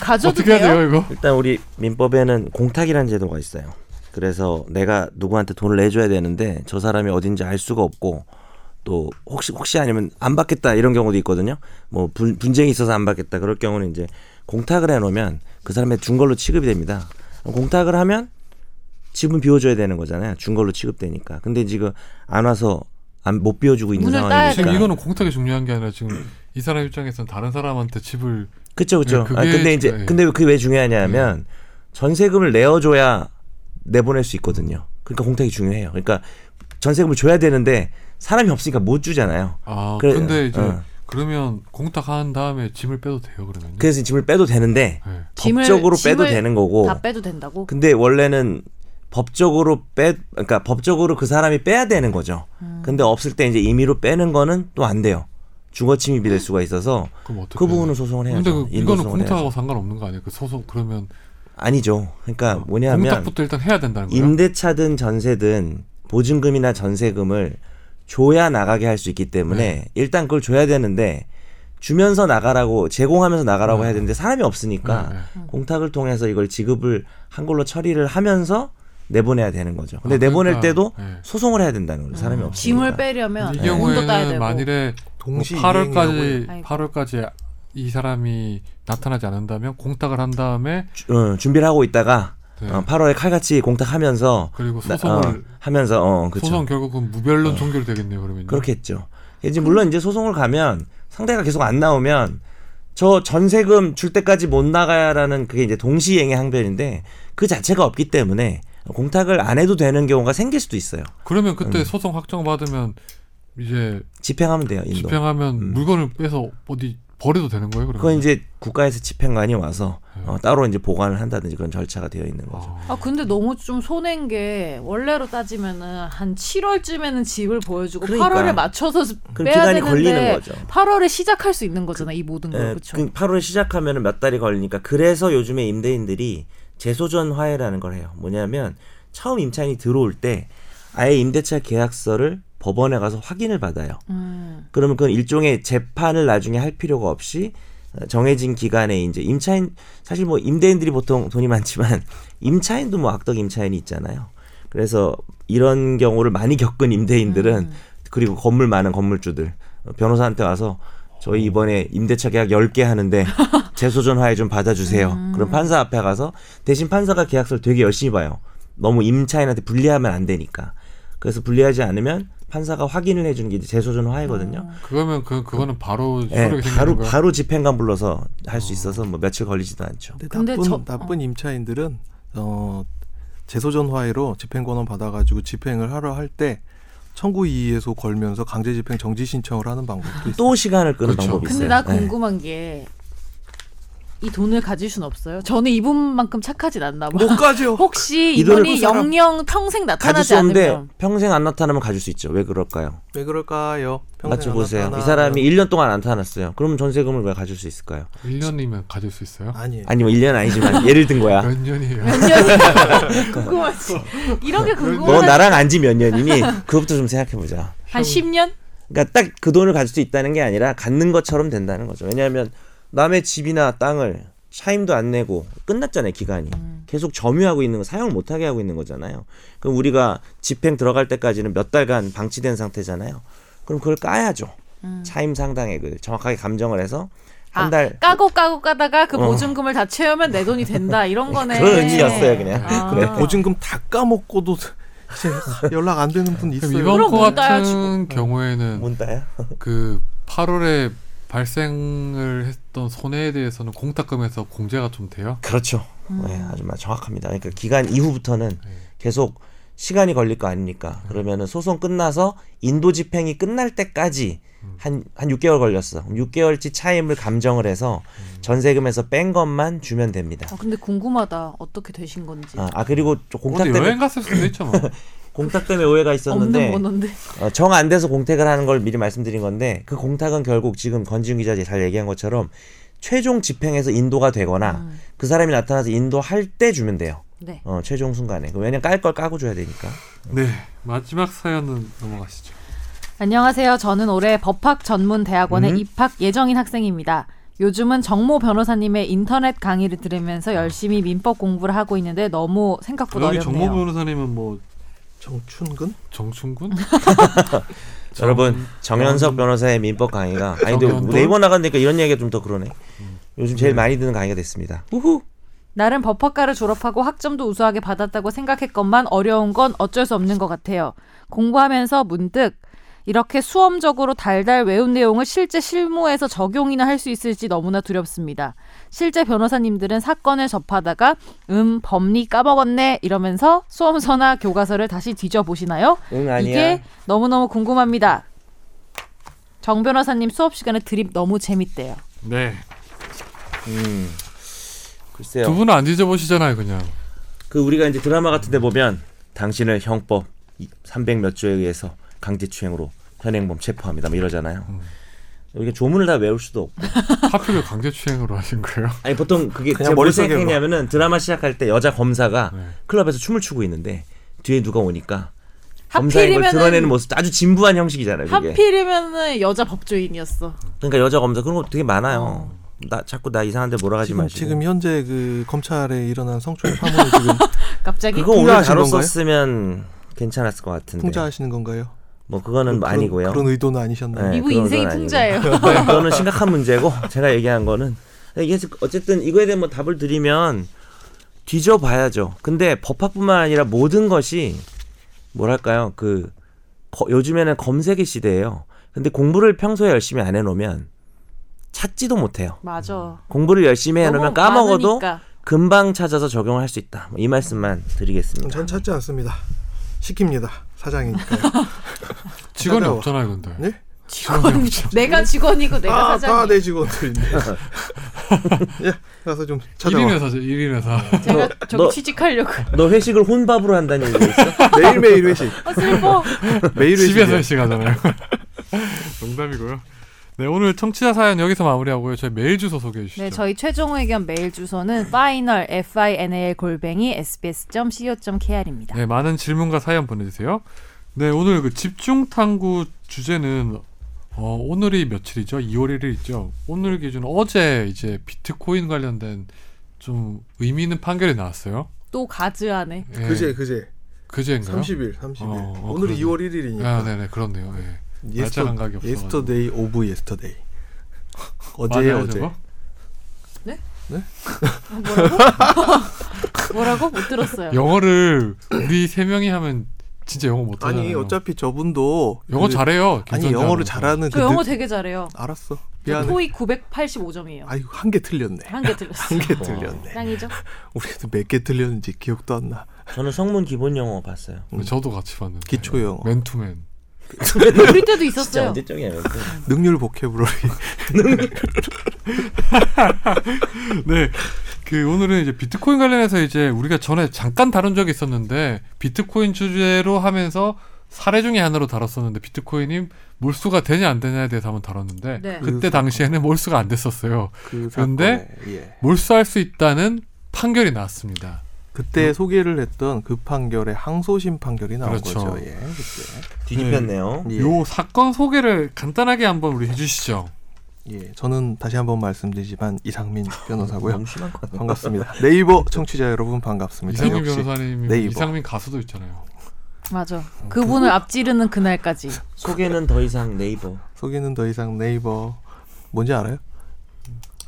C: 가져도
A: 어떻게 해야
C: 돼요?
A: 돼요 이거?
E: 일단 우리 민법에는 공탁이라는 제도가 있어요. 그래서 내가 누구한테 돈을 내줘야 되는데 저 사람이 어딘지 알 수가 없고 또 혹시 혹시 아니면 안 받겠다 이런 경우도 있거든요. 뭐 분, 분쟁이 있어서 안 받겠다 그럴 경우는 이제 공탁을 해놓으면 그 사람의 준 걸로 취급이 됩니다. 그럼 공탁을 하면 집은 비워줘야 되는 거잖아요. 준 걸로 취급되니까. 근데 지금 안 와서 안, 못 비워주고 있는
C: 문을
E: 상황이니까.
C: 네.
A: 지금 이거는 공탁이 중요한 게 아니라 지금 이 사람 입장에서는 다른 사람한테 집을
E: 그쵸 그쵸.
A: 네,
E: 아,
A: 그게
E: 근데 이제
A: 중요해요. 네.
E: 근데 그게 왜 중요하냐면 전세금을 내어줘야 내보낼 수 있거든요. 그러니까 공탁이 중요해요. 그러니까 전세금을 줘야 되는데 사람이 없으니까 못 주잖아요.
A: 아
E: 그래,
A: 근데 이제
E: 어.
A: 그러면 공탁한 다음에 짐을 빼도 돼요 그러면?
E: 그래서 짐을 빼도 되는데
A: 네.
C: 짐을-
E: 법적으로 빼도
C: 짐을
E: 되는 거고.
C: 다 빼도 된다고?
E: 근데 원래는 법적으로 빼
C: 음.
E: 그러니까 법적으로 그 사람이 빼야 되는 거죠. 근데 없을 때 이제 임의로 빼는 거는 또 안 돼요. 중어 침입이
C: 네.
E: 될 수가 있어서
A: 그럼 어떻게?
E: 그 부분은 소송을 해야죠.
A: 근데 그,
E: 인도
A: 이거는
E: 소송을 해야죠.
A: 공탁하고 상관없는 거 아니에요? 그 소송 그러면
E: 아니죠. 그러니까 뭐냐면
A: 공탁부터 일단 해야 된다는 거예요.
E: 임대차든 전세든 보증금이나 전세금을 줘야 나가게 할 수 있기 때문에
A: 네.
E: 일단 그걸 줘야 되는데 주면서 나가라고 제공하면서 나가라고 해야 되는데 사람이 없으니까
A: 네, 네.
E: 공탁을 통해서 이걸 지급을 한 걸로 처리를 하면서 내보내야 되는 거죠. 근데
A: 아,
E: 내보낼
A: 그러니까,
E: 때도
A: 네. 아,
E: 소송을 해야 된다는 거죠. 사람이 없으니까.
C: 짐을 빼려면
A: 이
C: 돈도 따야
A: 경우에는
C: 되고.
A: 만일에
D: 동시
A: 뭐
D: 이행이라고
A: 8월까지
C: 아이고.
A: 8월까지 이 사람이 나타나지 않는다면 공탁을 한 다음에
E: 주- 어, 준비를 하고 있다가
A: 네.
E: 어, 8월에 칼같이 공탁하면서
A: 그리고
E: 나-
A: 소송을
E: 어, 하면서 어, 그쵸.
A: 소송 결국은 무별론 종결되겠네요 그러면
E: 그렇겠죠. 이제 물론 이제 소송을 가면 상대가 계속 안 나오면 저 전세금 줄 때까지 못 나가야라는 그게 이제 동시행의 항변인데 그 자체가 없기 때문에 공탁을 안 해도 되는 경우가 생길 수도 있어요.
A: 그러면 그때
E: 음.
A: 소송 확정 받으면 이제
E: 집행하면 돼요, 인도.
A: 집행하면
E: 음.
A: 물건을 빼서 어디 버려도 되는 거예요 그러면
E: 그건 이제 국가에서 집행관이 와서
A: 네.
E: 어, 따로 이제 보관을 한다든지 그런 절차가 되어 있는 거죠.
A: 아,
C: 아 근데 너무 좀 손해인 게 원래로 따지면은 한 7월쯤에는 집을 보여주고
E: 그러니까.
C: 8월에 맞춰서
E: 그럼
C: 빼야
E: 기간이
C: 되는데
E: 걸리는 거죠.
C: 8월에 시작할 수 있는 거잖아 이 모든 걸
E: 예,
C: 그렇죠.
E: 그 8월 시작하면 몇 달이 걸리니까 그래서 요즘에 임대인들이 재소전 화해라는 걸 해요. 뭐냐면 처음 임차인이 들어올 때 아예 임대차 계약서를 법원에 가서 확인을 받아요.
C: 음.
E: 그러면 그건 일종의 재판을 나중에 할 필요가 없이 정해진 기간에 이제 임차인 사실 뭐 임대인들이 보통 돈이 많지만 임차인도 뭐 악덕 임차인이 있잖아요. 그래서 이런 경우를 많이 겪은 임대인들은 그리고 건물 많은 건물주들 변호사한테 와서 저희 이번에 임대차 계약 10개 하는데 재소전 화해 좀 받아주세요.
C: 음.
E: 그럼 판사 앞에 가서 대신 판사가 계약서를 되게 열심히 봐요. 너무 임차인한테 불리하면 안 되니까. 그래서 불리하지 않으면 판사가 확인을 해주는 게 이제 재소전 화해거든요.
C: 음.
A: 그거면 그 그거는 바로
E: 예,
A: 효력이 생기는
E: 바로
A: 거예요?
E: 바로 집행관 불러서 할 수 있어서 뭐 며칠 걸리지도 않죠.
D: 근데,
C: 근데
D: 나쁜
C: 저-
D: 나쁜 임차인들은 어 재소전 화해로 집행권원 받아가지고 집행을 하러 할 때 청구 이의에서 걸면서 강제 집행 정지 신청을 하는 방법도 있어요.
E: 또 시간을 끄는
A: 그렇죠.
E: 방법이
C: 근데
E: 있어요.
C: 나
E: 예.
C: 궁금한 게 이 돈을 가질 순 없어요. 저는 이분만큼 착하진 않나 봐.
D: 못 가죠.
C: 혹시
E: 뭐, 이 돈을
C: 이분이
E: 그 사람-
C: 영영 평생
E: 가질
C: 나타나지
E: 수 없는데
C: 않으면
E: 평생 안 나타나면 가질 수 있죠. 왜 그럴까요?
D: 왜 그럴까요? 평생
E: 맞춰 보세요.
D: 안
E: 이
D: 나타나면-
E: 사람이 1년 동안 안 타났어요. 그러면 전세금을 왜 가질 수 있을까요?
A: 1년이면 가질 수 있어요?
D: 아니에요.
E: 아니 뭐 1년 아니지만 예를 든 거야.
A: 몇 년이에요?
C: 몇 년이 궁금하지. 뭐, 이런 게
E: 너
C: 궁금한
E: 네. 뭐, 나랑 안지 몇 년이니? 그것부터 좀 생각해 보자.
C: 한 10년?
E: 그러니까 딱 그 돈을 가질 수 있다는 게 아니라 갖는 것처럼 된다는 거죠. 왜냐하면 남의 집이나 땅을 차임도 안 내고 끝났잖아요 기간이 계속 점유하고 있는 거 사용을 못하게 하고 있는 거잖아요. 그럼 우리가 집행 들어갈 때까지는 몇 달간 방치된 상태잖아요. 그럼 그걸 까야죠. 차임 상당액을 정확하게 감정을 해서
C: 아,
E: 한 달
C: 까고 까고 까다가 그
E: 어.
C: 보증금을 다 채우면 내 돈이 된다 이런 거네.
E: 그런 의미였어요 그냥.
C: 아.
E: 네.
D: 보증금 다 까먹고도 이제 연락 안 되는 분
A: 그럼
D: 있어요.
A: 이번
C: 그럼
A: 거
C: 문 따야지, 네.
A: 같은 경우에는
E: 문 따요?
A: 그 8월에 발생을 했던 손해에 대해서는 공탁금에서 공제가 좀 돼요?
E: 그렇죠. 네, 아주 마- 정확합니다. 그러니까 기간 이후부터는 계속 시간이 걸릴 거 아닙니까? 그러면은 소송 끝나서 인도 집행이 끝날 때까지 한, 한 6개월 걸렸어. 그럼 6개월치 차임을 감정을 해서 전세금에서 뺀 것만 주면 됩니다.
C: 아, 근데 궁금하다. 어떻게 되신 건지.
E: 아, 아, 그리고 저 공탁
A: 어디
E: 때문에,
D: 네.
A: 여행 갔을 수도 있죠 뭐.
E: 공탁 때문에 오해가
C: 없는
E: 있었는데, 어,
C: 번호인데.
E: 정 안 돼서 공탁을 하는 걸 미리 말씀드린 건데, 그 공탁은 결국 지금 권지훈 기자 잘 얘기한 것처럼 최종 집행에서 인도가 되거나 그 사람이 나타나서 인도할 때 주면 돼요.
C: 네.
E: 어, 최종 순간에. 왜냐면 깔 걸 까고 줘야 되니까.
A: 네 마지막 사연은 넘어가시죠.
C: 안녕하세요. 저는 올해 법학 전문 대학원에
A: 음.
C: 입학 예정인 학생입니다. 요즘은 정모 변호사님의 인터넷 강의를 들으면서 열심히 민법 공부를 하고 있는데 너무 생각보다
A: 아. 여기
C: 어렵네요.
A: 정모 변호사님은 뭐
D: 정춘근?
A: 정충군? 정-
E: 여러분, 정현석 변호사의 민법 강의가 아니 근데 뭐
A: 정현석?
E: 네이버 나갔으니까 이런 얘기가 좀 더 그러네. 요즘 제일 많이 드는 강의가 됐습니다. 우후.
C: 나름 법학과를 졸업하고 학점도 우수하게 받았다고 생각했건만 어려운 건 어쩔 수 없는 것 같아요. 공부하면서 문득 이렇게 수험적으로 달달 외운 내용을 실제 실무에서 적용이나 할 수 있을지 너무나 두렵습니다. 실제 변호사님들은 사건을 접하다가 음 법리 까먹었네 이러면서 수험서나 교과서를 다시 뒤져보시나요?
E: 응 아니야.
C: 이게 너무너무 궁금합니다. 정 변호사님 수업 시간에 드립 너무 재밌대요.
A: 네.
E: 음. 글쎄요.
A: 두 분은 안 뒤져보시잖아요 그냥.
E: 그 우리가 이제 드라마 같은 데 보면 당신을 형법 300 몇 조에 의해서 강제추행으로 현행범 체포합니다. 뭐 이러잖아요. 우리가 조문을 다 외울 수도 없고
A: 하필 왜 강제 추행으로 하신 거예요?
E: 아니 보통 그게
D: 그냥
E: 제가 뭘
D: 머릿속에
E: 생각했냐면은 드라마 시작할 때 여자 검사가
A: 네.
E: 클럽에서 춤을 추고 있는데 뒤에 누가 오니까 검사인 걸
C: 하필이면은-
E: 드러내는 모습 아주 진부한 형식이잖아요 그게
C: 하필이면은 여자 법조인이었어.
E: 그러니까 여자 검사 그런 거 되게 많아요 나 자꾸 나 이상한데 몰아가지
D: 지금,
E: 마시고
D: 지금 현재 그 검찰에 일어난 성추행 파문을 지금
E: 네.
C: 갑자기
E: 그거 오늘
D: 풍자하신 건가요?
E: 다뤘었으면 괜찮았을 것 같은데
D: 풍자하시는 건가요?
E: 뭐 그거는 뭐
D: 그런-
E: 아니고요
D: 그런 의도는 아니셨나요?
E: 네,
C: 미국
E: 그런
C: 인생이
E: 건 아니고.
C: 풍자예요.
E: 네, 그거는 심각한 문제고 제가 얘기한 거는 이게 어쨌든 이거에 대한 뭐 답을 드리면 뒤져봐야죠. 근데 법학뿐만 아니라 모든 것이 뭐랄까요 그 거- 요즘에는 검색의 시대예요. 근데 공부를 평소에 열심히 안 해놓으면 찾지도 못해요.
C: 맞아.
E: 공부를 열심히 해놓으면
C: 너무
E: 까먹어도
C: 네, 많으니까.
E: 금방 찾아서 적용을 할 수 있다. 뭐이 말씀만 드리겠습니다.
D: 전 찾지 않습니다. 시킵니다. 사장이니까요.
A: 직원이
D: 찾아와.
A: 없잖아요, 근데.
D: 네?
C: 직원 내가 직원이고 내가
D: 아,
C: 사장이.
D: 다내 직원들인데. 예, 가서 좀 찾아와.
A: 1인 회사죠, 1인 회사.
D: 네.
C: 제가 저기
E: 너-
C: 취직하려고.
E: 너 회식을 혼밥으로 한다는 얘기 있어?
D: 매일매일 회식.
C: 아 슬퍼.
D: 네, 매일 회식.
A: 집에서 회식 하잖아요. 농담이고요. 네, 오늘 청취자 사연 여기서 마무리하고요. 저희 메일 주소 소개해 주시죠.
C: 네, 저희 최종 의견 메일 주소는 final f i n a l 골뱅이 s b s c o k r입니다.
A: 네, 많은 질문과 사연 보내주세요. 네, 오늘 그 집중 탐구 주제는 어, 오늘이 며칠이죠? 2월 1일이죠. 오늘 기준 어제 이제 비트코인 관련된 좀 의미 있는 판결이 나왔어요.
C: 또 가즈하네.
A: 예,
D: 그제 그제
A: 그제인가요?
D: 30일 30일.
A: 어, 어,
D: 오늘이
A: 그러네.
D: 2월 1일이니까.
A: 아, 네네 그렇네요. 예. 날짜 감각이 없어가지고.
D: yesterday of yesterday. 어제
A: 맞아요,
D: 어제.
A: 저거?
C: 아, 뭐라고? 뭐라고? 못 들었어요.
A: 영어를 우리 세 명이 하면 진짜 영어 못하잖아요.
D: 아니 어차피 저분도
A: 영어
D: 그-
A: 잘해요.
D: 아니
A: 김선재
D: 영어를
A: 아나운서.
D: 잘하는
C: 저 영어
D: 느-
C: 되게 잘해요.
D: 알았어.
C: 저
D: 미안해.
C: 토익 985점이에요.
D: 아이고 한 개 틀렸네.
C: 한 개 들렸어요.
D: 한 개 틀렸네.
C: 짱이죠?
D: 우리도 몇 개 틀렸는지 기억도 안 나.
E: 저는 성문 기본 영어 봤어요.
A: 저도 같이 봤는데.
D: 기초 영어.
A: 맨투맨.
C: 우리 때도
E: 진짜
C: 있었어요.
E: 언제적이야.
D: 능률 보케브러리.
A: 네. 그 오늘은 이제 비트코인 관련해서 이제 우리가 전에 잠깐 다룬 적이 있었는데 비트코인 주제로 하면서 사례 중에 하나로 다뤘었는데 비트코인이 몰수가 되냐 안 되냐에 대해서 한번 다뤘는데
C: 네.
A: 그때 당시에는 몰수가 안 됐었어요.
D: 그
A: 근데-
D: 사건에, 예.
A: 몰수할 수 있다는 판결이 나왔습니다.
D: 그때 소개를 했던 그 판결에 항소심 판결이 나온
A: 음. 그렇죠.
D: 거죠. 예. 그때.
E: 뒤집혔네요.
D: 예.
A: 요 사건 소개를 간단하게 한번 우리 해주시죠.
D: 예. 저는 다시 한번 말씀드리지만 이상민 변호사고요.
E: 너무 심한 것 같아요.
D: 반갑습니다. 네이버 청취자 여러분 반갑습니다.
A: 음. 이상민
D: 네, 역시
A: 변호사님,
D: 네이버.
A: 이상민 가수도 있잖아요.
C: 맞아. 그분을 앞지르는 그날까지.
E: 소개는 더 이상 네이버.
D: 소개는 더 이상 네이버 뭔지 알아요?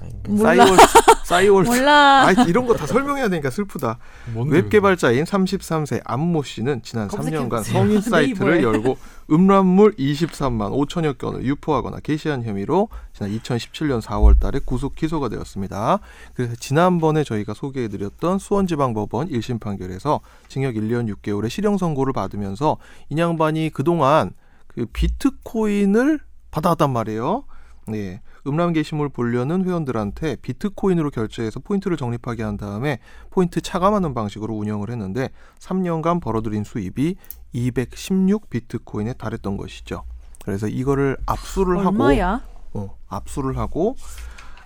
E: 아니,
C: 몰라.
D: 싸이월드. 싸이월드.
C: 몰라.
D: 아, 이런 거 다 설명해야 되니까 슬프다.
A: 뭔데
D: 웹 개발자인 33세 안모 씨는 지난
C: 검색해보세요.
D: 3년간 성인 사이트를
C: 네이버에.
D: 열고 음란물 23만 5천여 건을 유포하거나 게시한 혐의로 지난 2017년 4월 달에 구속 기소가 되었습니다. 그래서 지난번에 저희가 소개해드렸던 수원지방법원 1심 판결에서 징역 1년 6개월의 실형 선고를 받으면서 인양반이 그동안 그 비트코인을 받아왔단 말이에요. 네. 음란 게시물 보려는 회원들한테 비트코인으로 결제해서 포인트를 적립하게 한 다음에 포인트 차감하는 방식으로 운영을 했는데 3년간 벌어들인 수입이 216 비트코인에 달했던 것이죠. 그래서 이거를 압수를 하고
C: 얼마야?
D: 어, 압수를 하고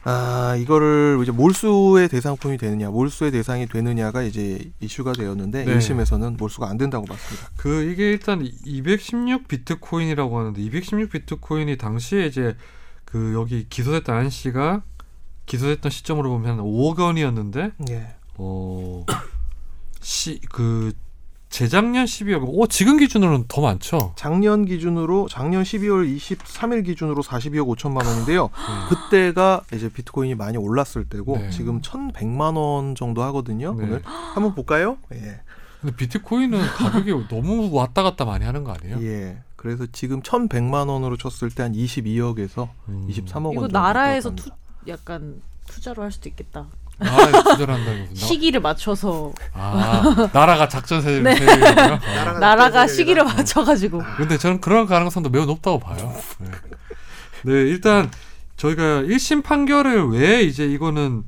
D: 아 이거를 이제 몰수의 대상품이 되느냐, 몰수의 대상이 되느냐가 이제 이슈가 되었는데
A: 네.
D: 1심에서는 몰수가 안 된다고 봤습니다.
A: 그 이게 일단 216 비트코인이라고 하는데 216 비트코인이 당시에 이제 그 여기 기소됐던 안 씨가 기소됐던 시점으로 보면 한 5억 원이었는데 어,
D: 예.
A: 어시그 재작년 12월 어 지금 기준으로는 더 많죠.
D: 작년 기준으로 작년 12월 23일 기준으로 42억 5천만 원인데요. 그때가 이제 비트코인이 많이 올랐을 때고
A: 아. 음. 네.
D: 지금 1,100만 원 정도 하거든요.
A: 네.
D: 오늘 한번 볼까요? 예.
A: 근데 비트코인은 가격이 너무 왔다 갔다 많이 하는 거 아니에요?
D: 예. 그래서 지금 1,100만 원으로 쳤을 때 한 22억에서
A: 음.
D: 23억
C: 이거
D: 원 정도
C: 나라에서
D: 들었답니다.
C: 투 약간 투자로 할 수도 있겠다.
A: 나라에 투자한다는 를 무슨
C: 시기를 맞춰서
A: 아 나라가 작전 세를 세요. 아.
C: 나라가 시기를 맞춰가지고
A: 근데 저는 그런 가능성도 매우 높다고 봐요. 네, 네, 일단 저희가 1심 판결을 왜 이제 이거는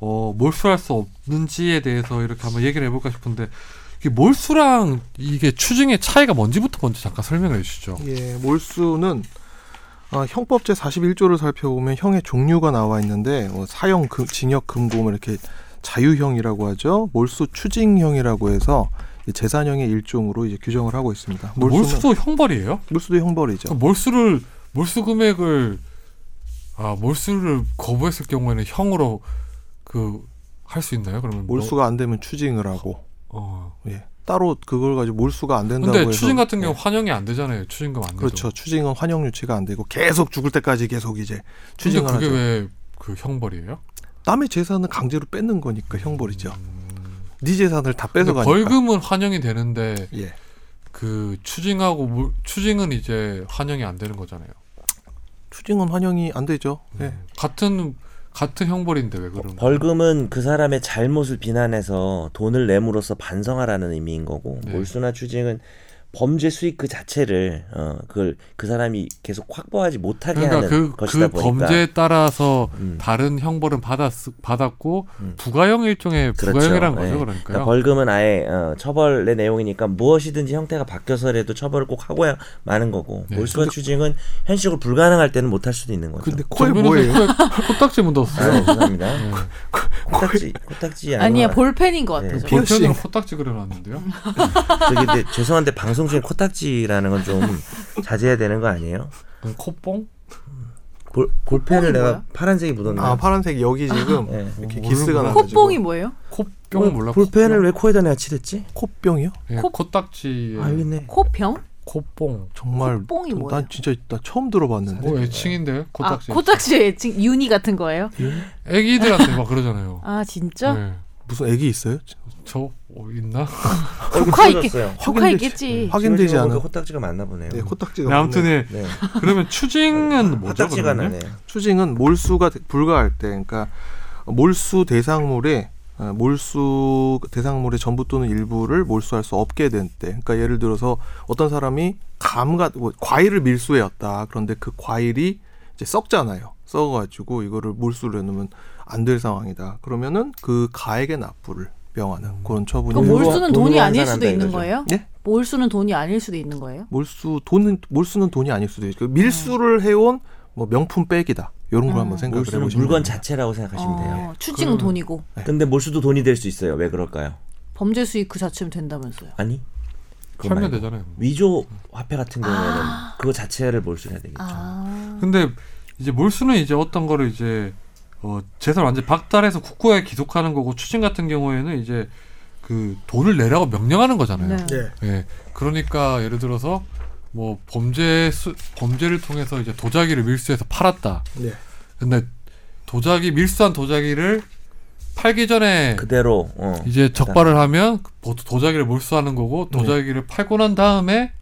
A: 어, 몰수할 수 없는지에 대해서 이렇게 한번 얘기를 해볼까 싶은데 이게 몰수랑 이게 추징의 차이가 뭔지부터 먼저 잠깐 설명해 주시죠.
D: 예, 몰수는 아, 형법 제 41조를 살펴보면 형의 종류가 나와 있는데 뭐 사형, 금, 징역, 금고 뭐 이렇게 자유형이라고 하죠. 몰수 추징형이라고 해서 이 재산형의 일종으로 이제 규정을 하고 있습니다. 몰수는-
A: 몰수도 어, 형벌이에요?
D: 몰수도 형벌이죠.
A: 그럼 몰수를 몰수 금액을 아 몰수를 거부했을 경우에는 형으로 그 할 수 있나요? 그러면 뭐-
D: 몰수가 안 되면 추징을 하고
A: 어.
D: 예. 따로 그걸 가지고 몰수가 안 된다고
A: 근데
D: 해서 네.
A: 추징 같은 경우 환영이 안 되잖아요. 추징금 안 되죠.
D: 그렇죠. 추징은 환영 유치가 안 되고 계속 죽을 때까지 계속 이제
A: 근데
D: 추징을
A: 그게
D: 하죠.
A: 왜 그 형벌이에요?
D: 남의 재산을 강제로 뺏는 거니까 형벌이죠. 네 재산을 다
A: 근데
D: 뺏어가니까.
A: 벌금은 환영이 되는데
D: 예.
A: 그 추징하고 몰- 추징은 이제 환영이 안 되는 거잖아요.
D: 추징은 환영이 안 되죠. 예.
A: 같은 같은 형벌인데 왜 그런 거예요?
E: 벌금은 그 사람의 잘못을 비난해서 돈을 내므로써 반성하라는 의미인 거고
A: 네.
E: 몰수나 추징은 범죄 수익 그 자체를 어 그걸 그 사람이 계속 확보하지 못하게
A: 그러니까
E: 하는
A: 그,
E: 것이다
A: 그
E: 보니까
A: 범죄에 따라서
E: 음.
A: 다른 형벌은 받았, 받았고
E: 음.
A: 부가형 일종의
E: 그렇죠.
A: 부가형이라는 거죠
E: 예.
A: 그러니까요.
E: 그러니까 벌금은 아예 어, 처벌의 내용이니까 무엇이든지 형태가 바뀌어서라도 처벌을 꼭 하고야 마는 거고
A: 네.
E: 몰수와 추징은 현실적으로 불가능할 때는 못 할 수도 있는 거죠.
D: 근데 코에
A: 정면에서
D: 뭐예요?
A: 코에 코딱지
E: 아,
A: 묻었어요.
E: 죄송합니다.
D: 네.
E: 코딱지 코딱지 아니고
C: 아니야 볼펜인 것 같아요.
E: 네.
C: 저거.
D: 볼- 피어싱.
A: 볼펜으로 코딱지 그려놨는데요.
E: 저기 근데 죄송한데 방송 중에 코딱지라는 건좀 자제해야 되는 거 아니에요?
A: 그럼 콧봉?
E: 골, 골펜을
C: 뽕이
E: 내가
C: 뭐야?
E: 파란색이 묻었나?
D: 아 파란색 여기 지금
E: 예.
D: 이렇게
A: 모르는구나.
D: 기스가 나가지고.
C: 콧봉이 뭐예요?
A: 콧병 몰라.
E: 볼펜을 왜 코에다 내가 칠했지?
D: 콧병이요?
A: 콧- 예,
C: 콧-
A: 코딱지
E: 아, 여기 있네.
C: 코병?
A: 콧봉.
D: 정말
C: 콧봉이 뭐예요?
D: 난 진짜 나 처음 들어봤는데.
A: 뭐 애칭인데요?
C: 아
A: 코딱지.
C: 코딱지에 지금 유니 같은 거예요?
A: 애기들한테 막 그러잖아요.
C: 아 진짜?
A: 네.
D: 무슨 애기 있어요?
A: 저 어, 있나?
C: 조카 있게
E: 찢어졌어요.
C: 조카 있겠지.
D: 확인되지
E: 지금 보니까
D: 않은.
E: 코딱지가 맞나 보네요.
D: 네, 코딱지가.
A: 네, 아무튼
D: 없네.
A: 예.
E: 네.
A: 그러면 추징은 뭐죠?
E: 코딱지가
A: 그러면은?
E: 나네요.
D: 추징은 몰수가 되- 불가할 때, 그러니까 몰수 대상물에 어, 몰수 대상물의 전부 또는 일부를 몰수할 수 없게 된 때, 그러니까 예를 들어서 어떤 사람이 감과 뭐, 과일을 밀수해왔다. 그런데 그 과일이 이제 썩잖아요. 썩어가지고 이거를 몰수로 해놓으면 안 될 상황이다. 그러면은 그 가액의 납부를 명하는
E: 음.
D: 그런 처분이
C: 그럼
E: 돈으로-
C: 어, 몰수는 돈이
E: 돈으로
C: 아닐
E: 환산한다
C: 수도 있는
E: 이거죠.
C: 거예요?
D: 예?
C: 몰수는 돈이 아닐 수도 있는 거예요?
D: 몰수 돈은 몰수는 돈이 아닐 수도 있고 밀수를 해온 뭐 명품 백이다. 이런 걸
C: 음.
D: 한번 생각을
E: 몰수는
D: 해보시면
E: 물건
D: 됩니다.
E: 자체라고 생각하시면 돼요.
C: 어, 추징은
A: 그러면-
C: 돈이고
E: 근데 몰수도 돈이 될 수 있어요. 왜 그럴까요?
C: 범죄 수익 그 자체면 된다면서요?
E: 아니. 그거
A: 팔면
E: 말고.
A: 되잖아요.
E: 위조 화폐 같은 경우에는 그거 자체를 몰수해야 되겠죠.
C: 아
A: 근데 이제 몰수는 이제 어떤 거를 이제 어, 재산 완전 히 박탈해서 국고에 기속하는 거고 추징 같은 경우에는 이제 그 돈을 내라고 명령하는 거잖아요.
C: 네.
D: 예.
A: 예. 그러니까 예를 들어서 뭐 범죄 수, 범죄를 통해서 이제 도자기를 밀수해서 팔았다.
D: 네.
A: 근데 도자기 밀수한 도자기를 팔기 전에
E: 그대로 어.
A: 이제 적발을 하면 보- 도자기를 몰수하는 거고
E: 네.
A: 도자기를 팔고 난 다음에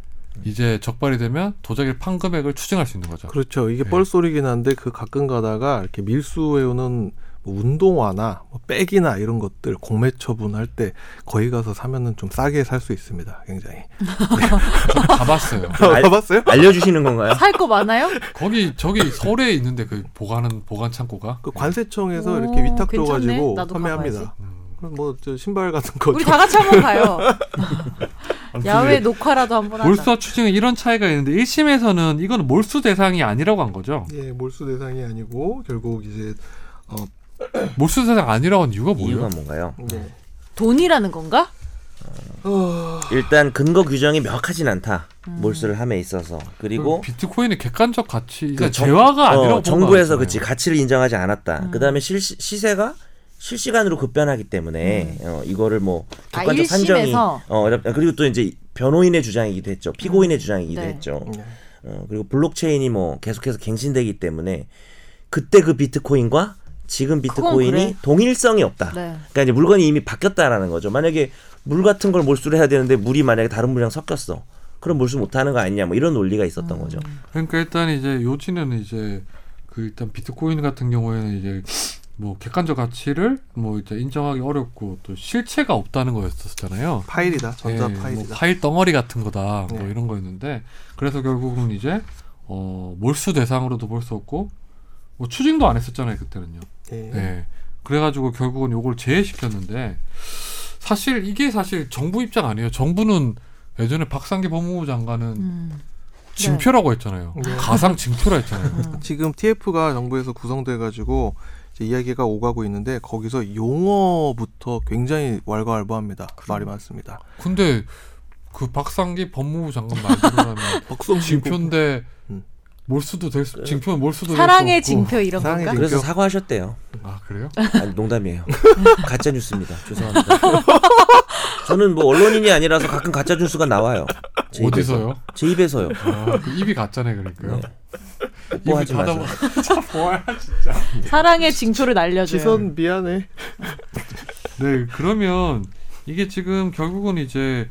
A: 이제 적발이 되면 도자기를 판 금액을 추징할 수 있는 거죠.
D: 그렇죠. 이게
A: 네.
D: 뻘소리긴 한데 그 가끔 가다가 이렇게 밀수해오는 뭐 운동화나 뭐 백이나 이런 것들 공매 처분할 때 거기 가서 사면은 좀 싸게 살 수 있습니다. 굉장히.
A: 저 가봤어요.
E: 알-
D: 가봤어요?
E: 알려주시는 건가요?
C: 살 거 많아요?
A: 거기 저기 서울에 있는데 그 보관은 보관 창고가
D: 그 관세청에서
C: 오,
D: 이렇게 위탁
C: 괜찮네.
D: 줘가지고
C: 나도
D: 판매합니다.
C: 가봐야지.
D: 그럼 뭐저 신발 같은 거.
C: 우리
D: 좀-
C: 다 같이 한번 가요. 야외 녹화라도 한번 하자.
A: 몰수와 추징은 이런 차이가 있는데 1심에서는 이건 몰수 대상이 아니라고 한 거죠.
D: 예, 몰수 대상이 아니고 결국 이제 어,
A: 몰수 대상 아니라고 한 이유가 뭐예요?
E: 네. 이유가 뭔가요?
D: 네.
C: 돈이라는 건가?
D: 어,
E: 일단 근거 규정이 명확하진 않다.
C: 음.
E: 몰수를 함에 있어서 그리고
A: 비트코인의 객관적 가치가 그러니까
E: 정-
A: 재화가
E: 어,
A: 아니라고 본
E: 정부에서
A: 거잖아요.
E: 그치 가치를 인정하지 않았다. 그다음에 실시, 시세가 실시간으로 급변하기 때문에 어, 이거를 뭐
C: 음. 아,
E: 객관적 산정이
C: 일심에서?
E: 어, 어렵다. 그리고 또 이제 변호인의 주장이기도 했죠. 피고인의 주장이기도
C: 네.
E: 했죠.
D: 네.
E: 어, 그리고 블록체인이 뭐 계속해서 갱신되기 때문에 그때 그 비트코인과 지금 비트코인이
C: 그래.
E: 동일성이 없다.
C: 네.
E: 그러니까 이제 물건이 이미 바뀌었다라는 거죠. 만약에 물 같은 걸 몰수를 해야 되는데 물이 만약에 다른 물이랑 섞였어. 그럼 몰수 못 하는 거 아니냐 뭐 이런 논리가 있었던 거죠.
A: 그러니까 일단 이제 요지는 이제 그 일단 비트코인 같은 경우에는 이제 뭐 객관적 가치를 뭐 이제 인정하기 어렵고 또 실체가 없다는 거였었잖아요.
D: 파일이다. 전자
A: 예,
D: 파일이다.
A: 뭐 파일 덩어리 같은 거다. 뭐
D: 네.
A: 이런 거였는데 그래서 결국은 이제 어 몰수 대상으로도 볼 수 없고 뭐 추징도 안 했었잖아요 그때는요.
D: 예.
A: 예. 그래가지고 결국은 요걸 제외시켰는데 사실 이게 사실 정부 입장 아니에요. 정부는 예전에 박상기 법무부 장관은
C: 음.
A: 네. 징표라고 했잖아요.
D: 네.
A: 가상 징표라 했잖아요.
C: 음.
D: 지금 TF가 정부에서 구성돼가지고 이제 이야기가 오가고 있는데 거기서 용어부터 굉장히 왈가왈부합니다.
B: 그렇죠.
D: 말이 많습니다.
A: 근데 그 박상기 법무부 장관
E: 그
A: 말대로라면
D: 박성
B: 그
A: 징표인데
D: 음.
A: 몰수도 될 수, 징표는 몰수도
C: 사랑의
A: 될수 없고.
C: 징표 이런
D: 그 어, 사랑의
C: 건가?
D: 징표.
E: 그래서 사과하셨대요.
A: 아 그래요?
E: 아니, 농담이에요. 가짜 뉴스입니다. 죄송합니다. 저는 뭐 언론인이 아니라서 가끔 가짜 뉴스가 나와요. 제 입에서.
A: 어디서요?
E: 제 입에서요.
A: 아, 그 입이 가짜네 그러니까요.
E: 네. 뽀뽀하지
A: 닫아
E: 마세요.
C: 사랑의 징표를 날려줘요.
E: 네,
B: 시선 미안해.
A: 네, 그러면 이게 지금 결국은 이제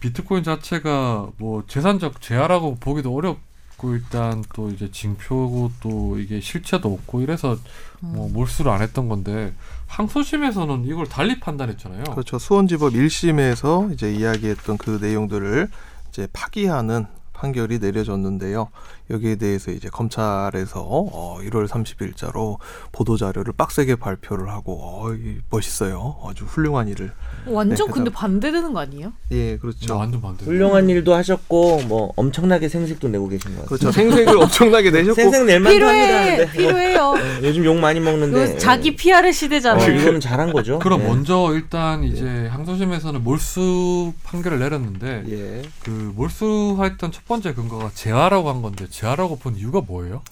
A: 비트코인 자체가 뭐 재산적 재화라고 보기도 어렵고 일단 또 이제 징표고 또 이게 실체도 없고 이래서 뭐 몰수를 안 했던 건데 항소심에서는 이걸 달리 판단했잖아요.
D: 그렇죠. 수원지법 1심에서 이제 이야기했던 그 내용들을 이제 파기하는 판결이 내려졌는데요. 여기에 대해서 이제 검찰에서 어, 1월 30일자로 보도 자료를 빡세게 발표를 하고 어, 이 멋있어요. 아주 훌륭한 일을.
C: 완전
D: 네,
C: 근데 반대되는 거 아니에요?
D: 예,
A: 저
D: 그렇죠.
A: 뭐 완전 반대.
E: 훌륭한 일도 하셨고 뭐 엄청나게 생색도 내고 계신 것 같아요.
D: 그렇죠. 생색을 엄청나게 내셨고
E: 생색 낼 만도 합니다.
C: 그렇죠. 필요해,
E: 근데
C: 필요해요.
E: 뭐, 요즘 욕 많이
D: 네.
E: 먹는데
C: 이거 자기 PR 시대잖아.
E: 어, 이거는 잘한 거죠.
A: 그럼
E: 네.
A: 먼저 일단 이제 항소심에서는 몰수 판결을 내렸는데
D: 예.
A: 그 몰수했던 첫 번째 근거가 재화라고 한 건데 재화라고 본 이유가 뭐예요?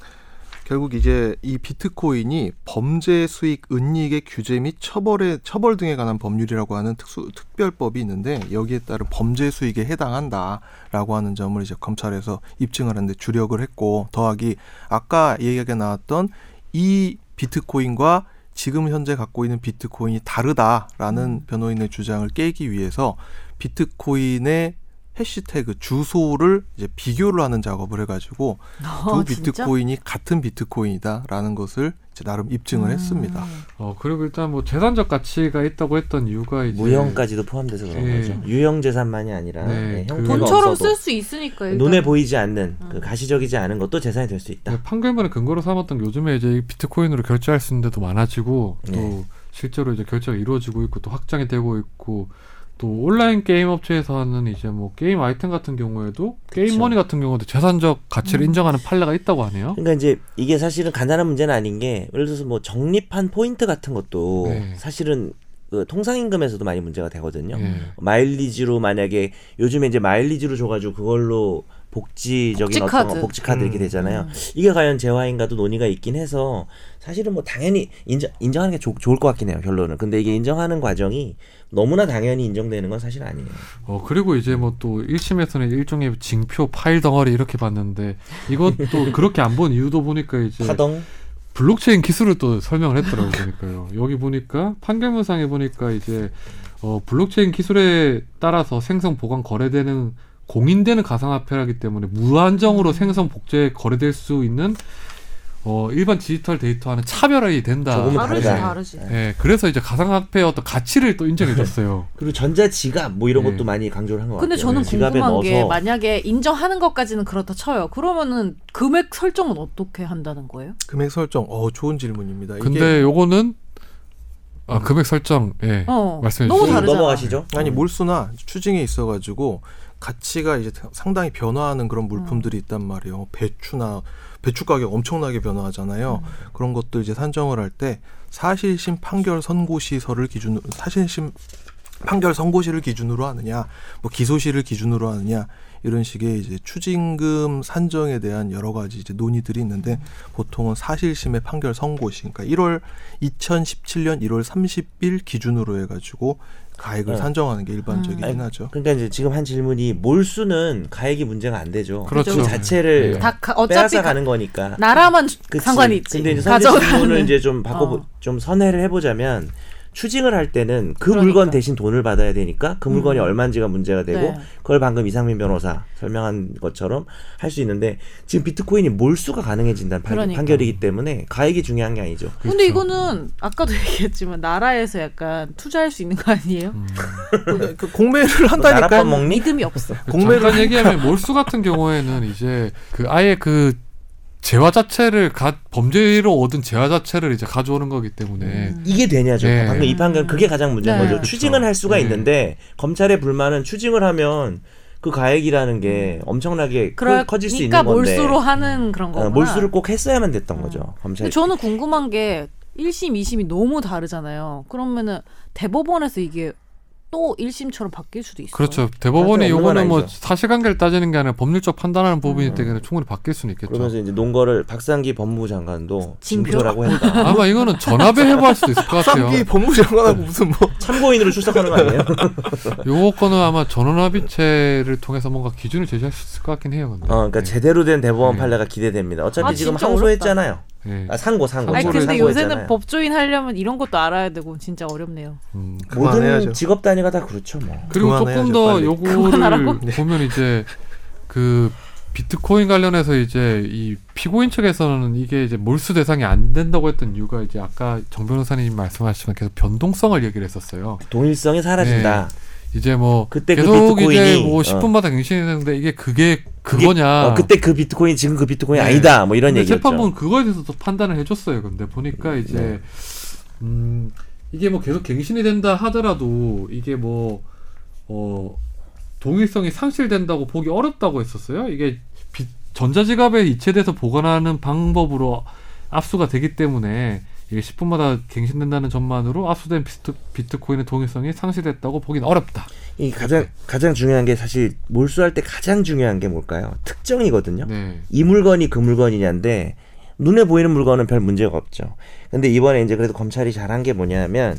D: 결국 이제 이 비트코인이 범죄 수익 은닉의 규제 및 처벌에 처벌 등에 관한 법률이라고 하는 특수 특별법이 있는데 여기에 따른 범죄 수익에 해당한다라고 하는 점을 이제 검찰에서 입증하는데 주력을 했고 더하기 아까 얘기가 나왔던 이 비트코인과 지금 현재 갖고 있는 비트코인이 다르다라는 변호인의 주장을 깨기 위해서 비트코인의 해시태그 주소를 이제 비교를 하는 작업을 해가지고 두
C: 어, 진짜?
D: 비트코인이 같은 비트코인이다라는 것을 이제 나름 입증을 했습니다.
C: 음.
A: 어 그리고 일단 뭐 재산적 가치가 있다고 했던 이유가 이제
E: 무형까지도 포함돼서 그런
A: 예.
E: 거죠. 유형 재산만이 아니라
A: 네,
E: 네,
A: 그-
E: 형태가
C: 돈처럼
E: 없어도
C: 쓸 아. 수 있으니까 일단.
E: 눈에 보이지 않는 그 가시적이지 않은 것도 재산이 될 수 있다.
A: 네, 판결문을 근거로 삼았던 게 요즘에 이제 이 비트코인으로 결제할 수 있는 데도 많아지고 또
E: 네.
A: 실제로 이제 결제가 이루어지고 있고 또 확장이 되고 있고 또 온라인 게임 업체에서 하는 이제 뭐 게임 아이템 같은 경우에도 게임
E: 그쵸.
A: 머니 같은 경우도 재산적 가치를 인정하는 판례가 있다고 하네요.
E: 그러니까 이제 이게 사실은 간단한 문제는 아닌 게 예를 들어서 뭐 적립한 포인트 같은 것도
A: 네.
E: 사실은 그 통상임금에서도 많이 문제가 되거든요.
A: 예.
E: 마일리지로 만약에 요즘에 이제 마일리지로 줘가지고 그걸로 복지적인
C: 복지카드.
E: 어떤 복지카드
D: 음.
E: 이렇게 되잖아요. 이게 과연 재화인가도 논의가 있긴 해서 사실은 뭐 당연히 인정, 인정하는 게 좋- 좋을 것 같긴 해요 결론은. 근데 이게 인정하는 과정이 너무나 당연히 인정되는 건 사실 아니에요.
A: 어 그리고 이제 뭐 또 1심에서는 일종의 징표 파일 덩어리 이렇게 봤는데 이것도 그렇게 안 본 이유도 보니까 이제
E: 파동
A: 블록체인 기술을 또 설명을 했더라고요. 보니까요. 여기 보니까 판결문상에 보니까 이제 어, 블록체인 기술에 따라서 생성 보관 거래되는 공인되는 가상화폐라기 때문에 무한정으로 생성 복제 거래될 수 있는 어, 일반 디지털 데이터와는 차별화이 된다.
E: 조금은
C: 다르지
E: 다르다.
C: 다르지.
A: 예, 예, 그래서 이제 가상화폐의 어떤 가치를 또 인정해줬어요.
E: 그리고 전자지갑 뭐 이런
A: 네.
E: 것도 많이 강조를 한 것 같아요.
C: 근데 저는
E: 네. 지갑에
C: 궁금한 게
E: 넣어서
C: 만약에 인정하는 것까지는 그렇다 쳐요. 그러면은 금액 설정은 어떻게 한다는 거예요?
D: 금액 설정, 어 좋은 질문입니다. 이게
A: 근데 요거는 아, 금액 설정, 예.
C: 어.
A: 말씀해
C: 너무
A: 주세요.
C: 다르잖아.
E: 네, 넘어가시죠. 음.
D: 아니
C: 음.
D: 몰수나 추징에 있어가지고 가치가 이제 상당히 변화하는 그런
C: 음.
D: 물품들이 있단 말이에요. 배추나 배추 가격 엄청나게 변화하잖아요.
C: 음.
D: 그런 것들 이제 산정을 할 때 사실심 판결 선고 시설을 기준으로 사실심 판결 선고시를 기준으로 하느냐, 뭐 기소시를 기준으로 하느냐 이런 식의 이제 추징금 산정에 대한 여러 가지 이제 논의들이 있는데 보통은 사실심의 판결 선고시, 그러니까 1월 2017년 1월 30일 기준으로 해가지고 가액을
E: 네.
D: 산정하는 게 일반적이긴
E: 음.
D: 하죠.
E: 그러니까 이제 지금 한 질문이 몰수는 가액이 문제가 안 되죠.
A: 그렇죠.
E: 그 자체를
A: 예.
C: 네. 다 가- 어차피
E: 빼앗아
C: 가,
E: 가는 거니까.
C: 나라만
E: 그치.
C: 상관이 있지. 음.
E: 근데 이제 선제 질문을
C: 가져가는.
E: 이제 좀 바꿔
C: 어.
E: 좀 선회를 해보자면 추징을 할 때는 그
C: 그러니까. 음.
E: 물건 대신 돈을 받아야 되니까 그 물건이 얼마인지가 문제가 되고
C: 네.
E: 그걸 방금 이상민 변호사 설명한 것처럼 할 수 있는데 지금 비트코인이 몰수가 가능해진다는 판-
C: 그러니까.
E: 판결이기 때문에 가액이 중요한 게 아니죠.
C: 근데 이거는 아까도 얘기했지만 나라에서 약간 투자할 수 있는 거 아니에요?
D: 그러니까 그 공매를
E: 너 나랏밥
D: 한다니까
E: 먹니?
C: 믿음이 없어.
E: 그
D: 공매를
A: 잠깐 얘기하면 몰수 같은 경우에는 이제 그 아예 그 재화 자체를 가, 범죄로 얻은 재화 자체를 이제 가져오는 거기 때문에
E: 이게 되냐죠.
A: 네.
E: 방금 이 판결 그게 가장 문제인
C: 네.
E: 거죠. 추징은 할 수가
A: 네.
E: 있는데 검찰의 불만은 추징을 하면 그 가액이라는 게 엄청나게 커, 커질 수 있는
C: 음. 그러니까
E: 건데
C: 몰수로 하는 그런 거구나. 음.
E: 어, 몰수를 꼭 했어야만 됐던 거죠
C: 근데
E: 검찰.
C: 저는 궁금한 게 1심, 2심이 너무 다르잖아요. 그러면은 대법원에서 이게 또 1심처럼 바뀔 수도 있어요.
A: 그렇죠. 대법원이
E: 없는 건
A: 요거는 뭐
E: 아니죠.
A: 사실관계를 따지는 게 아니라 법률적 판단하는 부분이기 때문에 충분히 바뀔 수는 있겠죠.
E: 음. 그러면서 이제 논거를 박상기 법무부 장관도
C: 징표?
E: 징표라고 했다.
A: 아마 이거는 전압에 해부할 수도 있을 것 같아요.
E: 그렇죠.
D: 쌍기 법무장관하고 무슨 뭐
E: 참고인으로 출석하는 거 아니에요?
A: 요 건은 아마 전원합의체를 통해서 뭔가 기준을 제시할 수 있을 것 같긴 해요. 근데.
E: 어, 그러니까
A: 네.
E: 제대로 된 대법원
A: 네.
E: 판례가 기대됩니다. 어차피
C: 아,
E: 지금
C: 진짜
E: 항소했잖아요.
A: 예.
E: 아, 상고 상고.
C: 아니
A: 법무부를
C: 근데 요새는
E: 상고했잖아요.
C: 법조인 하려면 이런 것도 알아야 되고 진짜 어렵네요.
A: 음.
E: 모든
D: 그만해야죠.
E: 직업 단위가 다 그렇죠 뭐.
A: 그리고 조금
D: 그만해야죠,
A: 더
D: 빨리.
A: 요거를 보면 이제 그 비트코인 관련해서 이제 이 피고인 측에서는 이게 이제 몰수 대상이 안 된다고 했던 이유가 이제 아까 정 변호사님 말씀하셨지만 계속 변동성을 얘기를 했었어요.
E: 그 동일성이 사라진다.
A: 이제 뭐
E: 그때 그
A: 계속 이제
E: 비트코인이,
A: 뭐
E: 어.
A: 10분마다 갱신이 되는데 이게 그게
E: 그게-
A: 그거냐.
E: 어, 그때 그 비트코인 지금 그 비트코인
A: 네.
E: 아니다. 뭐 이런
A: 근데
E: 얘기였죠.
A: 재판부는 그거에 대해서 또 판단을 해줬어요. 근데 보니까 이제
E: 네.
A: 음, 이게 뭐 계속 갱신이 된다 하더라도 이게 뭐 어, 동일성이 상실된다고 보기 어렵다고 했었어요. 이게 비- 전자지갑에 이체돼서 보관하는 방법으로 압수가 되기 때문에 이게 10분마다 갱신된다는 점만으로 압수된 비트, 비트코인의 동일성이 상실됐다고 보기는 어렵다.
E: 이 가장 가장 중요한 게 사실 몰수할 때 가장 중요한 게 뭘까요? 특정이거든요.
A: 네.
E: 이 물건이 그 물건이냐인데 눈에 보이는 물건은 별 문제가 없죠. 근데 이번에 이제 그래도 검찰이 잘한 게 뭐냐면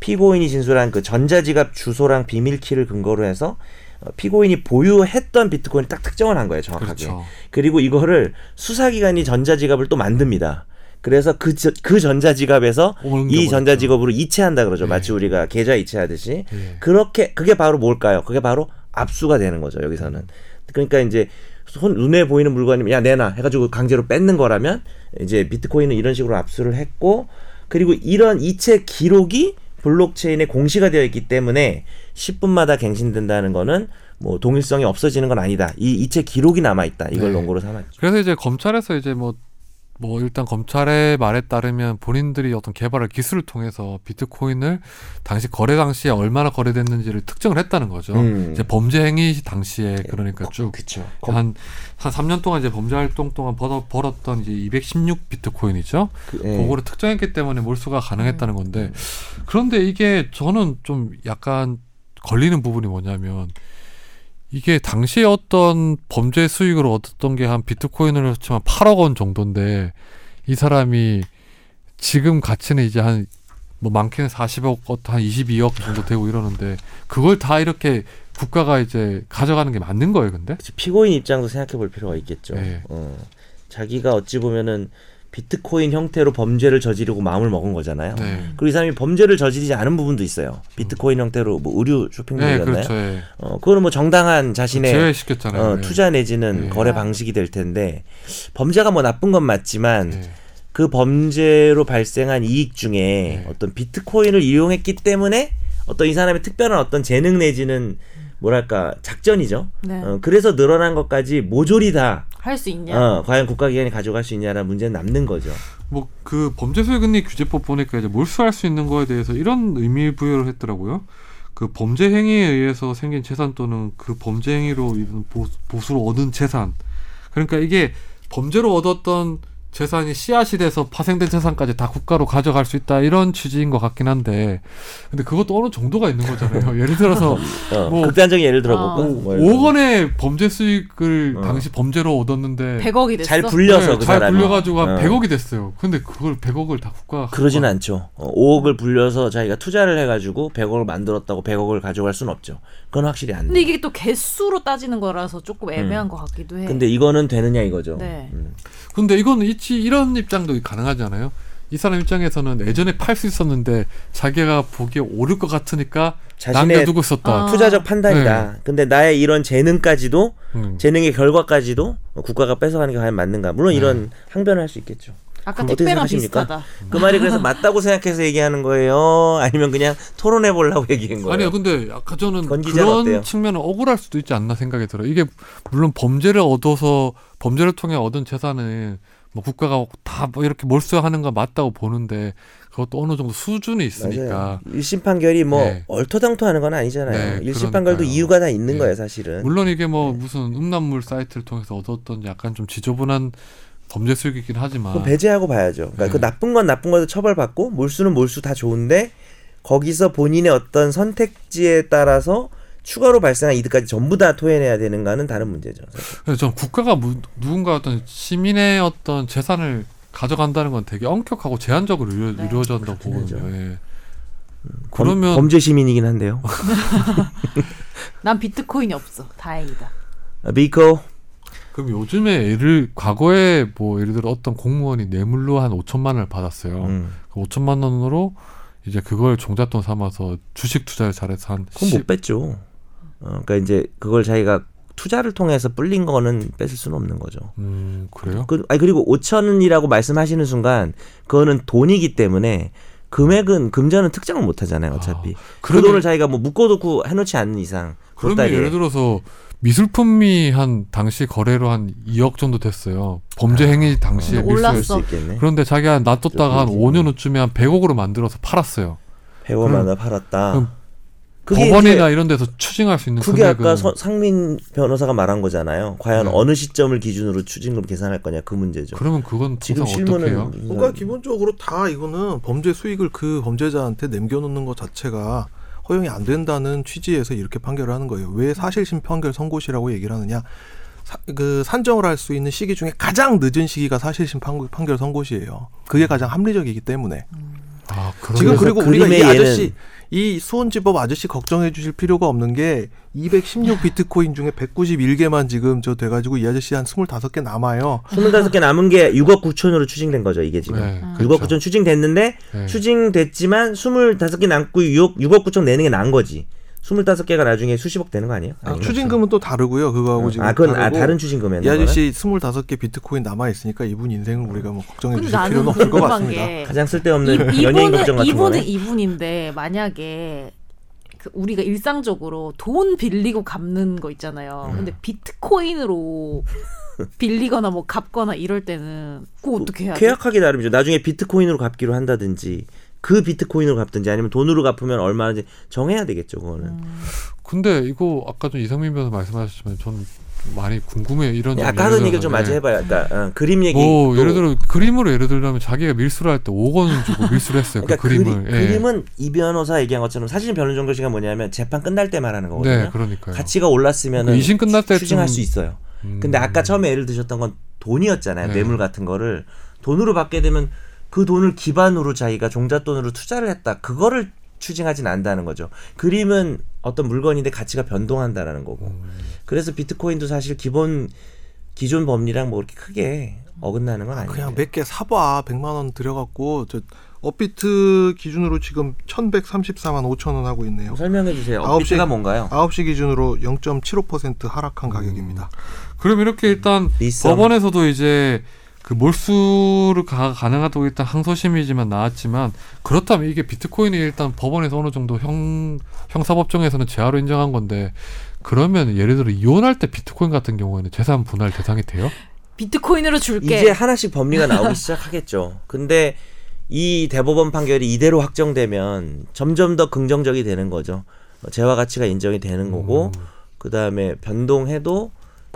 E: 피고인이 진술한 그 전자지갑 주소랑 비밀키를 근거로 해서 어, 피고인이 보유했던 비트코인을 딱 특정을 한 거예요, 정확하게.
A: 그렇죠.
E: 그리고 이거를 수사기관이 전자지갑을 또 만듭니다. 그래서 그, 저- 그 전자지갑에서
A: 옮겨버렸죠.
E: 이 전자지갑으로 이체한다 그러죠.
A: 네.
E: 마치 우리가 계좌 이체하듯이.
A: 예.
E: 그렇게 그게 바로 뭘까요? 그게 바로 압수가 되는 거죠 여기서는. 그러니까 이제 손 눈에 보이는 물건이면 야 내놔 해가지고 강제로 뺏는 거라면 이제 비트코인은 이런 식으로 압수를 했고 그리고 이런 이체 기록이 블록체인에 공시가 되어 있기 때문에 10분마다 갱신된다는 거는 뭐 동일성이 없어지는 건 아니다. 이 이체 기록이 남아 있다. 이걸
A: 네.
E: 논거로 삼았죠.
A: 그래서 이제 검찰에서 이제 뭐, 뭐 일단 검찰의 말에 따르면 본인들이 어떤 개발할 기술을 통해서 비트코인을 당시 거래 당시에 얼마나 거래됐는지를 특정을 했다는 거죠.
E: 음.
A: 이제 범죄 행위 당시에 그러니까 쭉
E: 그렇죠.
A: 한, 한 3년 동안 이제 범죄 활동 동안 벌어, 벌었던 이제 216 비트코인이죠.
E: 네.
A: 그거를 특정했기 때문에 몰수가 가능했다는 건데 그런데 이게 저는 좀 약간 걸리는 부분이 뭐냐면 이게 당시에 어떤 범죄 수익을 얻었던 게 한 비트코인으로 치면 8억 원 정도인데 이 사람이 지금 가치는 이제 한 뭐 많게는 40억, 한 22억 정도 되고 이러는데 그걸 다 이렇게 국가가 이제 가져가는 게 맞는 거예요, 근데?
E: 그치, 피고인 입장도 생각해 볼 필요가 있겠죠.
A: 예.
E: 어, 자기가 어찌 보면은 비트코인 형태로 범죄를 저지르고 마음을 먹은 거잖아요.
A: 네.
E: 그리고 이 사람이 범죄를 저지르지 않은 부분도 있어요. 비트코인 형태로 뭐 의류
A: 네,
E: 쇼핑몰이었나요?
A: 그렇죠. 예.
E: 어, 그거는 뭐 정당한 자신의
A: 제외시켰잖아요.
E: 어,
A: 예.
E: 투자 내지는
A: 네.
E: 거래 방식이 될 텐데 범죄가 뭐 나쁜 건 맞지만
A: 예.
E: 그 범죄로 발생한 이익
A: 네.
E: 중에 어떤 비트코인을 이용했기 때문에 어떤 이 사람의 특별한 어떤 재능 내지는 뭐랄까 작전이죠.
C: 네.
E: 어, 그래서 늘어난 것까지 모조리 다
C: 할 수 있냐?
E: 어, 과연 국가기관이 가져갈 수 있냐라는 문제는 남는 거죠.
A: 뭐 그 범죄수익금리 규제법 보니까 이제 몰수할 수 있는 거에 대해서 이런 의미 부여를 했더라고요. 그 범죄 행위에 의해서 생긴 재산 또는 그 범죄 행위로 입은 보- 보수로 얻은 재산. 그러니까 이게 범죄로 얻었던 재산이 씨앗이 돼서 파생된 재산까지 다 국가로 가져갈 수 있다 이런 취지인 것 같긴 한데 근데 그것도 어느 정도가 있는 거잖아요. 예를 들어서
E: 어,
A: 뭐-
E: 극단적인 예를 들어볼까?
C: 어.
E: 뭐 예를
A: 5억 원의 범죄 수익을
E: 어.
A: 당시 범죄로 얻었는데
C: 100억이
E: 들어.
C: 됐어.
E: 잘 굴려서
A: 네,
E: 그
A: 잘
E: 사람이
A: 굴려가지고 한
E: 어.
A: 100억이 됐어요. 근데 그걸 100억을 다 국가가
E: 그러진
A: 갖고
E: 않죠. 어, 5억을 불려서 자기가 투자를 해가지고 100억을 만들었다고 100억을 가져갈 순 없죠. 그건 확실히 안
C: 근데
E: 돼.
C: 이게 또 개수로 따지는 거라서 조금 애매한 것 같기도 해.
E: 음. 근데 이거는 되느냐 이거죠.
C: 네.
E: 음.
A: 근데 이건 이치 이런 입장도 가능하지 않아요? 이 사람 입장에서는 예전에 팔 수 있었는데 자기가 보기에 오를 것 같으니까
E: 자신의-
A: 남겨두고 네. 썼다.
C: 아.
E: 투자적 판단이다. 근데 나의 이런 재능까지도
A: 음.
E: 재능의 결과까지도 국가가 뺏어가는 게 과연 맞는가? 물론
A: 네.
E: 이런 항변을 할 수 있겠죠.
C: 아까
E: 어떻게
C: 택배랑
E: 생각하십니까?
C: 비슷하다.
E: 그 말이 그래서 맞다고 생각해서 얘기하는 거예요? 아니면 그냥 토론해 보려고 얘기한 거예요?
A: 아니요, 근데 아까 저는
E: 권
A: 그런
E: 기자는 어때요?
A: 측면은 억울할 수도 있지 않나 생각이 들어요. 이게 물론 범죄를 얻어서 범죄를 통해 얻은 재산은 뭐 국가가 다뭐 이렇게 몰수하는 건 맞다고 보는데 그것도 어느 정도 수준이 있으니까
E: 일심 판결이 뭐
A: 네.
E: 얼토당토하는 건 아니잖아요.
A: 네,
E: 일심
A: 그러니까요.
E: 판결도 이유가 다 있는
A: 네.
E: 거예요, 네. 사실은.
A: 물론 이게 뭐 무슨 음란물 사이트를 통해서 얻었던 약간 좀 지저분한 범죄 수익이긴 하지만
E: 그럼 배제하고 봐야죠. 그러니까
A: 네.
E: 그 나쁜 건 나쁜 거로 처벌받고 몰수는 몰수 다 좋은데 거기서 본인의 어떤 선택지에 따라서 추가로 발생한 이득까지 전부 다 토해내야 되는가는 다른 문제죠. 사실.
A: 그래서 전 국가가 무- 누군가 어떤 시민의 어떤 재산을 가져간다는 건 되게 엄격하고 제한적으로 이루,
C: 네.
A: 어진다고
E: 그렇죠.
A: 보거든요. 예. 그러면
E: 범, 죄 시민이긴 한데요.
C: 난 비트코인이 없어. 다행이다.
E: 음, 아, 미코
A: 그럼 요즘에 예를 과거에 뭐 예를 들어 어떤 공무원이 뇌물로 한 5천만 원을 받았어요.
E: 음.
A: 그 5천만 원으로 이제 그걸 종잣돈 삼아서 주식 투자를 잘해서 한
E: 그건 뭐
A: 10,
E: 못 뺐죠. 어, 그러니까 이제 그걸 자기가 투자를 통해서 불린 거는 뺏을 수는 없는 거죠.
A: 음 그래요?
E: 그, 아니 그리고 5천 원이라고 말씀하시는 순간 그거는 돈이기 때문에 금액은 금전은 특정을 못 하잖아요 어차피 그
A: 그러면-
E: 돈을 자기가 뭐 묶어놓고 해놓지 않는 이상
A: 그러면
E: 보따리에.
A: 예를 들어서 미술품이 한 당시 거래로 한 2억 정도 됐어요. 범죄
E: 네.
A: 행위 당시에
C: 어,
A: 미술
C: 올랐어.
E: 그럴 수 있겠네
A: 그런데 자기가 놔뒀다가 한
E: 그렇지.
A: 5년 후쯤에 한 100억으로 만들어서 팔았어요.
E: 100원만 원 팔았다
A: 그럼
E: 그게
A: 법원이나
E: 이제
A: 이런 데서 추징할 수 있는
E: 그게
A: 금액은
E: 아까 서- 상민 변호사가 말한 거잖아요 과연
A: 네.
E: 어느 시점을 기준으로 추징금 계산할 거냐 그 문제죠
A: 그러면 그건
E: 지금
A: 지금 어떻게 해요?
E: 실무는
C: 그러니까
D: 뭔가 그러니까 기본적으로 다 이거는 범죄 수익을 그 범죄자한테 남겨놓는 것 자체가 허용이 안 된다는 취지에서 이렇게 판결을 하는 거예요. 왜 사실심 판결 선고시라고 얘기를 하느냐? 사- 그 산정을 할 수 있는 시기 중에 가장 늦은 시기가 사실심 판- 판결 선고시예요. 그게 가장 합리적이기 때문에
A: 아,
D: 지금
A: 그러면
D: 그리고 우리가
E: 음. 그림의
D: 이 아저씨
E: 얘는-
D: 이 수원지법 아저씨 걱정해 주실 필요가 없는 게 216 비트코인 중에 191개만 지금 저 돼가지고 이 아저씨 한 25개 남아요.
E: 25개 남은 게 6억 9천으로 추징된 거죠 이게 지금
A: 네,
E: 6억
A: 그렇죠.
E: 9천 추징됐는데
A: 네.
E: 추징됐지만 25개 남고 6억, 6억 9천 내는 게 나은 거지. 25개가 나중에 수십억 되는 거 아니에요?
D: 아,
E: 아니면
D: 추징금은 또 다르고요. 그거하고
E: 좀-
D: 지금
E: 아, 그건 아,
D: 다르고.
E: 다른 추징금이었나
D: 이
E: 봐요.
D: 아저씨 25개 비트코인 남아 있으니까 이분 인생을 우리가 뭐 걱정해
C: 근데
D: 주실
C: 나는
D: 필요는 없을 것
C: 궁금한
D: 같습니다.
C: 게
E: 가장
C: 이,
E: 쓸데없는 연예인 걱정
C: 이분은
E: 같은
C: 이분은
E: 거네.
C: 이분인데 만약에 그 우리가 일상적으로 돈 빌리고 갚는 거
E: 음.
C: 있잖아요. 근데 비트코인으로 빌리거나 뭐 갚거나 이럴 때는 그거 어떻게 해야 돼?
E: 계약하기 나름이죠. 나중에 비트코인으로 갚기로 한다든지 그 비트코인으로 갚든지 아니면 돈으로 갚으면 얼마인지 정해야 되겠죠, 그거는.
A: 음. 근데 이거 아까 좀 이상민 변호사 말씀하셨지만 저는 많이 궁금해요. 이런 좀
E: 약간
A: 예를
E: 하던 얘기를
A: 들어서,
E: 좀
A: 예.
E: 마저 해봐요. 그러니까 어, 그림 얘기.
A: 뭐
E: 또-
A: 예를 들어 그림으로 예를 들면 자기가 밀수를 할 때 5원 주고 밀수를 했어요. 그
E: 그러니까
A: 그림을.
E: 그리,
A: 예.
E: 그림은 이 변호사 얘기한 것처럼 사실 변론 정도시가 뭐냐면 재판 끝날 때 말하는 거거든요.
A: 네, 그러니까요.
E: 가치가 올랐으면은
A: 그 이심 끝날 때쯤-
E: 추징할 수 있어요.
A: 음.
E: 근데 아까 처음에 예를 드셨던 건 돈이었잖아요.
A: 네.
E: 뇌물 같은 거를 돈으로 받게 되면 그 돈을 기반으로 자기가 종잣돈으로 투자를 했다. 그거를 추징하진 않는다는 거죠. 그림은 어떤 물건인데 가치가 변동한다라는 거고.
A: 음.
E: 그래서 비트코인도 사실 기본 기존 법리랑 뭐 그렇게 크게 어긋나는 건 아니에요.
D: 그냥 몇 개 사봐. 100만 원 들여갖고 저 업비트 기준으로 지금 1,134만 5천 원 하고 있네요.
E: 설명해 주세요. 어,
D: 아홉
E: 업비트가
D: 시-
E: 뭔가요?
D: 9시 기준으로 0.75% 하락한 가격입니다.
A: 그럼 이렇게 일단
E: 리썸.
A: 법원에서도 이제 그 몰수를 가, 가능하다고 일단 항소심이지만 나왔지만 그렇다면 이게 비트코인이 일단 법원에서 어느 정도 형 형사법정에서는 재화로 인정한 건데 그러면 예를 들어 이혼할 때 비트코인 같은 경우에는 재산 분할 대상이 돼요?
C: 비트코인으로 줄게.
E: 이제 하나씩 법리가 나오기 시작하겠죠. 근데 이 대법원 판결이 이대로 확정되면 점점 더 긍정적이 되는 거죠. 어, 재화 가치가 인정이 되는 거고 그다음에 변동해도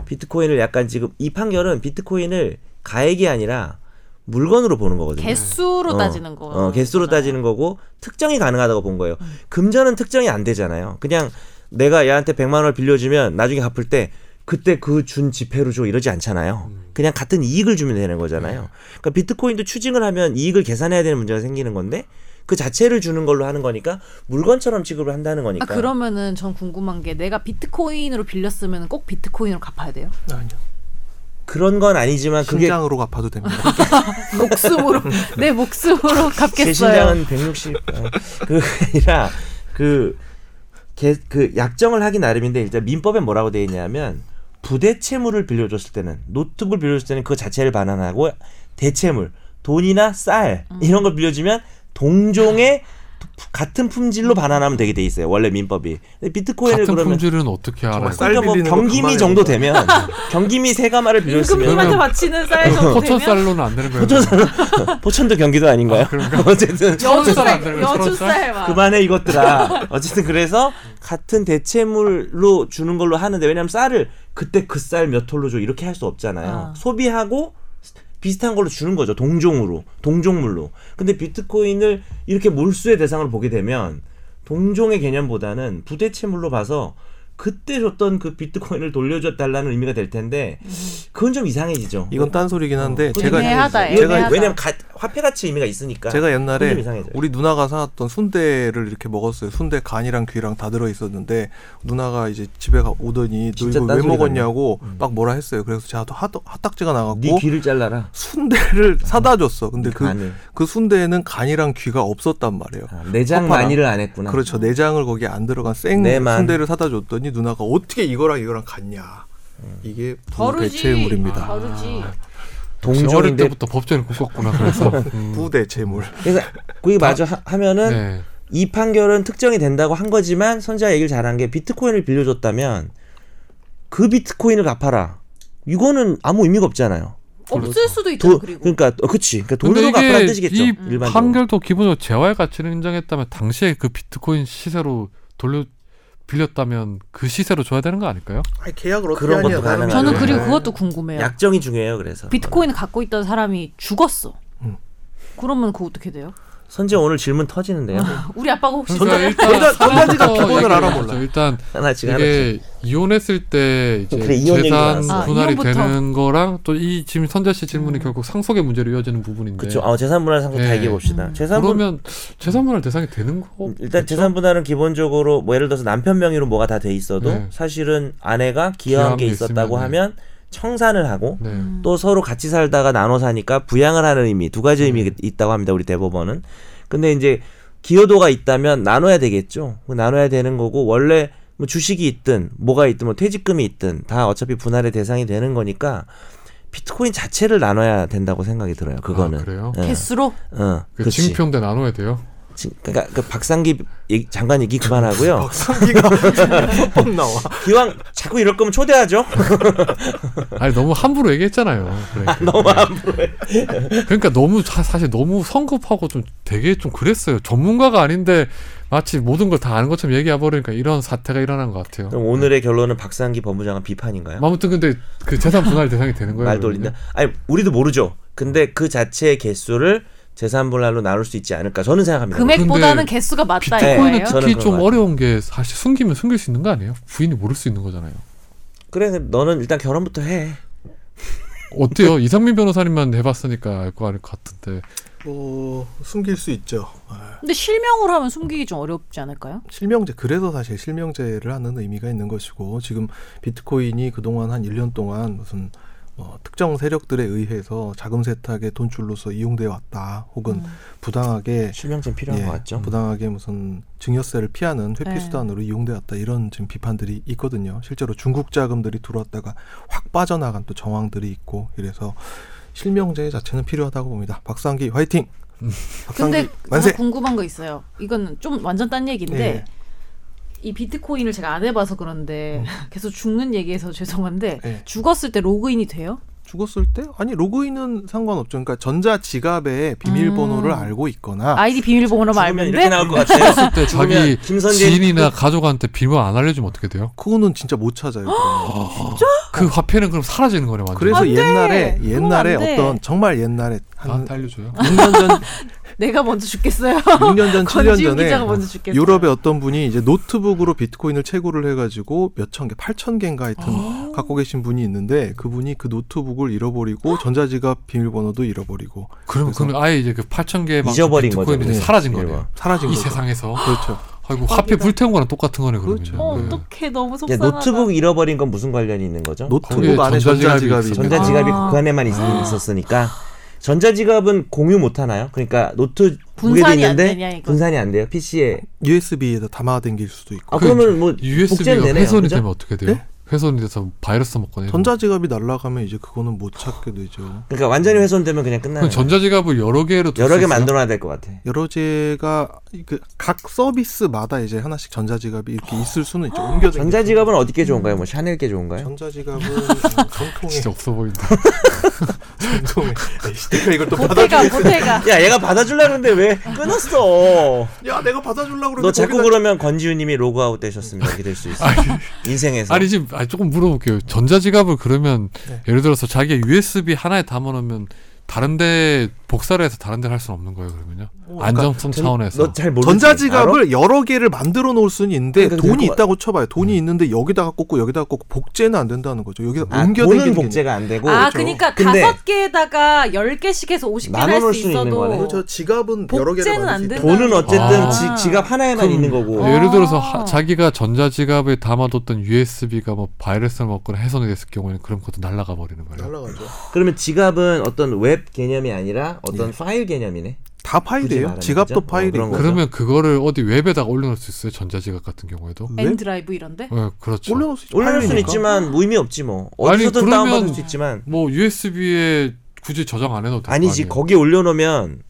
E: 비트코인을 약간 지금 이 판결은 비트코인을 가액이 아니라 물건으로 보는 거거든요.
C: 개수로
E: 어,
C: 따지는 거. 네. 그러니까. 음.
E: 어, 개수로 따지는 거고 특정이 가능하다고 본 거예요. 금전은 특정이 안 되잖아요. 그냥 내가 얘한테 100만 원을 빌려주면 나중에 갚을 때 그때 그 준 지폐로 줘 이러지 않잖아요.
C: 음.
E: 그냥 같은 이익을 주면 되는
C: 네.
E: 거잖아요. 그러니까 비트코인도 추징을 하면 이익을 계산해야 되는 문제가 생기는 건데 그 자체를 주는 걸로 하는 거니까 물건처럼 취급을 한다는
C: 아,
E: 거니까.
C: 그러면은 전 궁금한 게 내가 비트코인으로 빌렸으면 꼭 비트코인으로 갚아야 돼요?
D: 아니요.
E: 그런 건 아니지만 그게
D: 신장으로 갚아도 됩니다.
C: 목숨으로 내 목숨으로
E: 제
C: 갚겠어요.
E: 신장은 160. 어, 그게 아니라 그, 개, 그 약정을 하기 나름인데 일단 민법에 뭐라고 돼 있냐면 부대채무를 빌려줬을 때는 노트북을 빌려줬을 때는 그 자체를
C: 음.
E: 반환하고 대채물 돈이나 쌀 이런 걸 빌려주면 동종의 같은 품질로 반환하면 되게 돼 있어요. 원래 민법이. 근데 비트코인을
A: 같은
E: 그러면
A: 품질은 어떻게 알아요?
D: 정말 쌀
E: 그러니까 뭐
D: 빌리는 거
E: 경기미
D: 그만해요.
E: 정도 되면 경기미 세가마를 빌렸으면
A: 그러면
C: 임금님한테 바치는 쌀 정도
A: 포천
C: 되면
A: 쌀로는 안 되는 거예요.
E: 포천- 포천도 경기도 아닌가요? 어쨌든
A: 포천 쌀안
C: 여주쌀
A: 되는 거예요, 포천 쌀?
C: 여주쌀 막.
E: 그만해 이것들아. 어쨌든 그래서 같은 대체물로 주는 걸로 하는데 왜냐면 쌀을 그때 그 쌀 몇 톨로 줘 이렇게 할 수 없잖아요.
C: 아.
E: 소비하고 비슷한 걸로 주는 거죠. 동종으로, 동종물로. 근데 비트코인을 이렇게 몰수의 대상으로 보게 되면 동종의 개념보다는 부대체물로 봐서 그때 줬던 그 비트코인을 돌려줘 달라는 의미가 될 텐데 그건 좀 이상해지죠.
D: 이건 딴 소리긴 한데 제가
C: 어. 애매하다,
E: 이건
D: 제가
C: 애매하다.
E: 왜냐면 가- 화폐가치 의미가 있으니까.
D: 제가
E: 좀
D: 옛날에
E: 네. 이상해져요.
D: 우리 누나가 사왔던 순대를 이렇게 먹었어요. 순대 간이랑 귀랑 다 들어 있었는데 누나가 이제 집에 가- 오더니 너
E: 진짜
D: 이거
E: 딴
D: 왜
E: 소리 음.
D: 먹었냐고 막 뭐라 했어요. 그래서 제가 또 핫, 핫딱지가 나갖고
E: 네 귀를 잘라라.
D: 순대를 사다 줬어. 근데 그 그
E: 간을.
D: 순대에는 간이랑 귀가 없었단 말이에요.
E: 아, 내장
D: 허파랑.
E: 많이를 안 했구나.
D: 그렇죠. 내장을 거기 안 들어간 생
E: 내만.
D: 순대를 사다 줬더니 누나가 어떻게 이거랑 이거랑 같냐.
E: 음.
D: 이게
C: 거르지. 아,
D: 부대체물입니다.
C: 거르지.
E: 그
A: 역시 어릴
E: 동종인데
A: 때부터 법전을 꿈꿨구나. 그래서 음,
D: 부대체물.
E: 그래서 그게 마저 하- 하면은
A: 네.
E: 이 판결은 특정이 된다고 한 거지만 선지자 얘기를 잘한 게 비트코인을 빌려줬다면 그 비트코인을 갚아라. 이거는 아무 의미가 없잖아요.
C: 없을 수도 있다.
E: 도,
C: 그리고
E: 그러니까 어, 그치. 그러니까
A: 근데
E: 돈으로 갚으라는 뜻이겠죠.
A: 이
E: 일반적으로.
A: 판결도 기본적으로 재화의 가치를 인정했다면 당시에 그 비트코인 시세로 돌려 빌렸다면 그 시세로 줘야 되는 거 아닐까요?
D: 아니 계약을 어떻게
E: 그런 것도
D: 하냐. 나는
E: 가능하죠.
C: 저는
E: 네.
C: 그리고 그것도 궁금해요.
E: 약정이 중요해요. 그래서
C: 비트코인을 갖고 있던 사람이 죽었어. 그러면 그거 어떻게 돼요?
E: 선지자 오늘 질문 터지는데요.
C: 우리 아빠가 혹시
A: 그러니까 일단
D: 돈다- 돈다지가
A: 상황부터
D: 기본을
A: 얘기를
D: 알아볼라.
A: 해보죠. 일단
E: 하나씩 하나씩.
A: 이게 이혼했을 때 이제
E: 그래, 이혼 얘기도
A: 재산
E: 나왔어.
C: 아,
A: 분할이
C: 이혼부터. 음.
A: 되는 거랑 또 이 지금 선재 씨 질문이 결국 상속의 문제로 이어지는 부분인데
E: 그쵸. 아, 재산분할 상속 다
A: 네.
E: 얘기해 봅시다. 재산분 음,
A: 그러면 재산 분할 대상이 되는 거
E: 일단 재산 분할은 기본적으로 뭐 예를 들어서 남편 명의로 뭐가 다 돼 있어도
A: 네.
E: 사실은 아내가 기여한
A: 기여한
E: 게
A: 게
E: 있었다고
A: 있으면은.
E: 하면 청산을 하고
A: 네.
C: 음.
E: 또 서로 같이 살다가 나눠 사니까 부양을 하는 의미 두 가지 의미
A: 음.
E: 있다고 합니다 우리 대법원은 근데 이제 기여도가 있다면 나눠야 되겠죠 그 나눠야 되는 거고 원래 뭐 주식이 있든 뭐가 있든 뭐 퇴직금이 있든 다 어차피 분할의 대상이 되는 거니까 비트코인 자체를 나눠야 된다고 생각이 들어요 그거는
A: 아, 그래요?
E: 예.
C: 개수로
E: 어,
A: 그
E: 그치.
A: 징표인데 나눠야 돼요.
E: 지- 그러니까 그 박상기 얘기- 장관 얘기
D: 어,
E: 그만하고요.
D: 박상기가 퍽퍽 나와.
E: 기왕 자꾸 이럴 거면 초대하죠.
A: 아니 너무 함부로 얘기했잖아요. 그러니까. 너무 함부로. 그러니까 너무 사, 사실 너무 성급하고 좀 되게 좀 그랬어요. 전문가가 아닌데 마치 모든 걸 다 아는 것처럼 얘기해 버리니까 이런 사태가 일어난 것 같아요.
E: 그럼 오늘의 결론은 박상기 법무장관 비판인가요?
A: 아무튼 근데 그 재산 분할 대상이 되는
D: 뭐,
A: 거예요.
E: 말 돌린다. 아니 우리도 모르죠. 근데 그 자체의 개수를 재산 분할로 나눌 수 있지 않을까 저는 생각합니다.
C: 금액보다는
A: 근데
C: 개수가 맞다
E: 비트코인은
C: 이거예요?
A: 코인은
E: 저는
A: 특히
E: 그런
A: 좀
E: 것 같아요.
A: 어려운 게 사실 숨기면 숨길 수 있는 거 아니에요? 부인이 모를 수 있는 거잖아요.
E: 그래 너는 일단 결혼부터 해.
A: 어때요? 이상민 변호사님만 해봤으니까 알 거 아닐 것 같은데
D: 뭐 숨길 수 있죠. 아,
C: 근데 실명으로 하면 숨기기 좀 어렵지 않을까요?
D: 실명제 그래서 사실 실명제를 하는 의미가 있는 것이고 지금 비트코인이 그동안 한 1년 동안 무슨 어, 특정 세력들에 의해서 자금 세탁의 돈줄로서 이용돼 왔다 혹은
C: 음.
D: 부당하게
E: 실명증 필요한
D: 예,
E: 것 같죠. 음.
D: 부당하게 무슨 증여세를 피하는 회피
C: 네.
D: 수단으로 이용돼 왔다 이런 지금 비판들이 있거든요. 실제로 중국 자금들이 들어왔다가 확 빠져나간 또 정황들이 있고 이래서 실명제 자체는 필요하다고 봅니다. 박상기 화이팅.
E: 음.
C: 근데
D: 박상기
C: 제가
D: 만세.
C: 궁금한 거 있어요. 이건 좀 완전 딴 얘기인데
D: 예.
C: 이 비트코인을 제가 안 해봐서 그런데
E: 음.
C: 계속 죽는 얘기해서 죄송한데
D: 예.
C: 죽었을 때 로그인이 돼요?
D: 죽었을 때 아니 로그인은 상관없죠. 그러니까 전자 지갑에 비밀번호를
C: 음.
D: 알고 있거나
C: 아이디 비밀번호만
E: 죽으면 이렇게
C: 알면데
E: 나올 것 같아요.
A: 그때 자기
E: 그러면 김선재
A: 지인이나 가족한테 비밀 안 알려주면 어떻게 돼요?
D: 그거는 진짜 못 찾아요. 그거는.
E: 어.
A: 그 화폐는 그럼 사라지는 거네 완전.
D: 그래서
C: 안 돼!
D: 옛날에
C: 그건
D: 옛날에
C: 안 돼.
D: 어떤 정말 옛날에 한
A: 나한테 알려줘요.
D: 6년 전
C: 내가 먼저 죽겠어요.
E: 음.
D: 6년 전 7년
C: 권지훈
D: 전에
C: 기자가 먼저 죽겠어요.
D: 유럽의 어떤 분이 이제 노트북으로 비트코인을 채굴을 해가지고 몇천 개, 8천 개인가 하여튼 갖고 계신 분이 있는데 그분이 그 노트북을 잃어버리고 전자지갑 비밀번호도 잃어버리고
A: 그러면
D: 그래서-
A: 그럼 아예 이제 그 8천 개만
E: 잊어버린
A: 비트코인이
E: 거죠.
A: 이제
E: 네.
A: 사라진
E: 일본.
A: 거네요.
D: 사라진
A: 이
D: 거죠.
A: 세상에서.
D: 그렇죠.
A: 아이고 화폐 불태운 거랑 똑같은 거네 그러면.
D: 그렇죠.
C: 어
A: 네.
C: 어떡해 너무
E: 야,
C: 속상하다.
E: 노트북 잃어버린 건 무슨 관련이 있는 거죠?
A: 거기에
D: 노트북 안에
A: 전자지갑이
D: 전자지갑이
A: 있어요.
D: 있는데
E: 전자지갑이
C: 아.
E: 그 안에만 있, 있었으니까 전자지갑은 공유 못 하나요? 그러니까 노트 북에도
C: 분산이 안
E: 있는데
C: 되냐, 이거.
E: 분산이 안 돼요. PC에
D: USB에다 아. 담아당길 수도 있고
E: 아 그러면 뭐
A: USB가
E: 복제는 되네요.
A: 훼손이
E: 그죠?
A: 되면 어떻게 돼요?
D: 네?
A: 훼손이 돼서 바이러스 먹거나 이런
D: 전자지갑이 날라가면 이제 그거는 못 찾게 되죠.
E: 그러니까 완전히 훼손되면 그냥 끝나는
A: 그럼
E: 거야.
A: 전자지갑을 여러 개로 둘
E: 여러
A: 수
E: 개
A: 있어요?
E: 만들어놔야 될 것 같아.
D: 여러 제가 그 각 서비스마다 이제 하나씩 전자지갑이 이렇게 있을 수는 있죠. 옮겨
E: 전자지갑은 어디 게 좋은가요? 뭐 샤넬 게 좋은가요?
D: 전자지갑은
A: 진짜
D: 전통의
A: 없어 보인다.
E: 네.
D: 전통의 내가 이걸 또 받아
C: 보태가 보태가
E: 야, 얘가 받아주려는데 왜 끊었어?
D: 야 내가 받아주려고
E: 너 자꾸
D: 거기다-
E: 그러면 권지윤님이 로그아웃 되셨습니다. 이렇게 될 수 있어. 인생에서.
A: 아니 지금 아, 조금 물어볼게요. 전자지갑을 그러면
D: 네.
A: 예를 들어서 자기의 USB 하나에 담아놓으면 다른데 복사를 해서 다른데 할 수는 없는 거예요. 그러면요.
D: 그러니까
A: 안정성 차원에서.
E: 너잘 모르.
D: 전자지갑을 여러 개를 만들어 놓을 수는 있는데
E: 그러니까
D: 돈이
E: 그거-
D: 있다고 쳐봐요. 돈이
A: 음.
D: 있는데 여기다가 꽂고 여기다가 꽂고 복제는 안 된다는 거죠. 여기다
E: 아,
D: 옮겨
E: 돈은
D: 대기는
E: 복제가 안 되고.
C: 아 그러니까
E: 근데
C: 다섯 개에다가 열 개씩 해서 오십 개
E: 나눠
C: 할 수
E: 놓을 수 있는 거네.
C: 있어도
D: 저 지갑은 여러 개를 만들
C: 복제는
D: 수
C: 안
D: 있다.
C: 된다.
E: 돈은 어쨌든
A: 아.
E: 지, 지갑 하나에만
D: 음.
A: 그럼
E: 있는 거고.
A: 예를 들어서
C: 아.
A: 하- 자기가 전자지갑에 담아뒀던 USB가 뭐 바이러스를 먹거나 훼손이 됐을 경우에는 그럼 그것도 날아가 버리는 거예요.
D: 날라가죠.
E: 그러면 지갑은 어떤 웹 개념이 아니라
A: 예.
E: 어떤 파일 개념이네.
D: 다
E: 굳이
D: 파일이에요.
E: 말하면
D: 지갑도
E: 그죠? 어,
D: 파일이고.
E: 그런
A: 그러면 그거를 어디 웹에다가 올려놓을 수 있어요. 전자지갑 같은 경우에도.
D: 왜?
C: 엔드라이브 이런데?
A: 네, 그렇죠.
D: 올려놓을 수 있죠.
E: 음. 올려놓을 수는
D: 파일이니까.
E: 있지만 뭐 의미 없지 뭐.
A: 아니,
E: 어디서든
A: 그러면-
E: 다운받을 수 있지만.
A: 뭐 USB에 굳이 저장 안 해도 될거 아니에요.
E: 아니지 거기 올려놓으면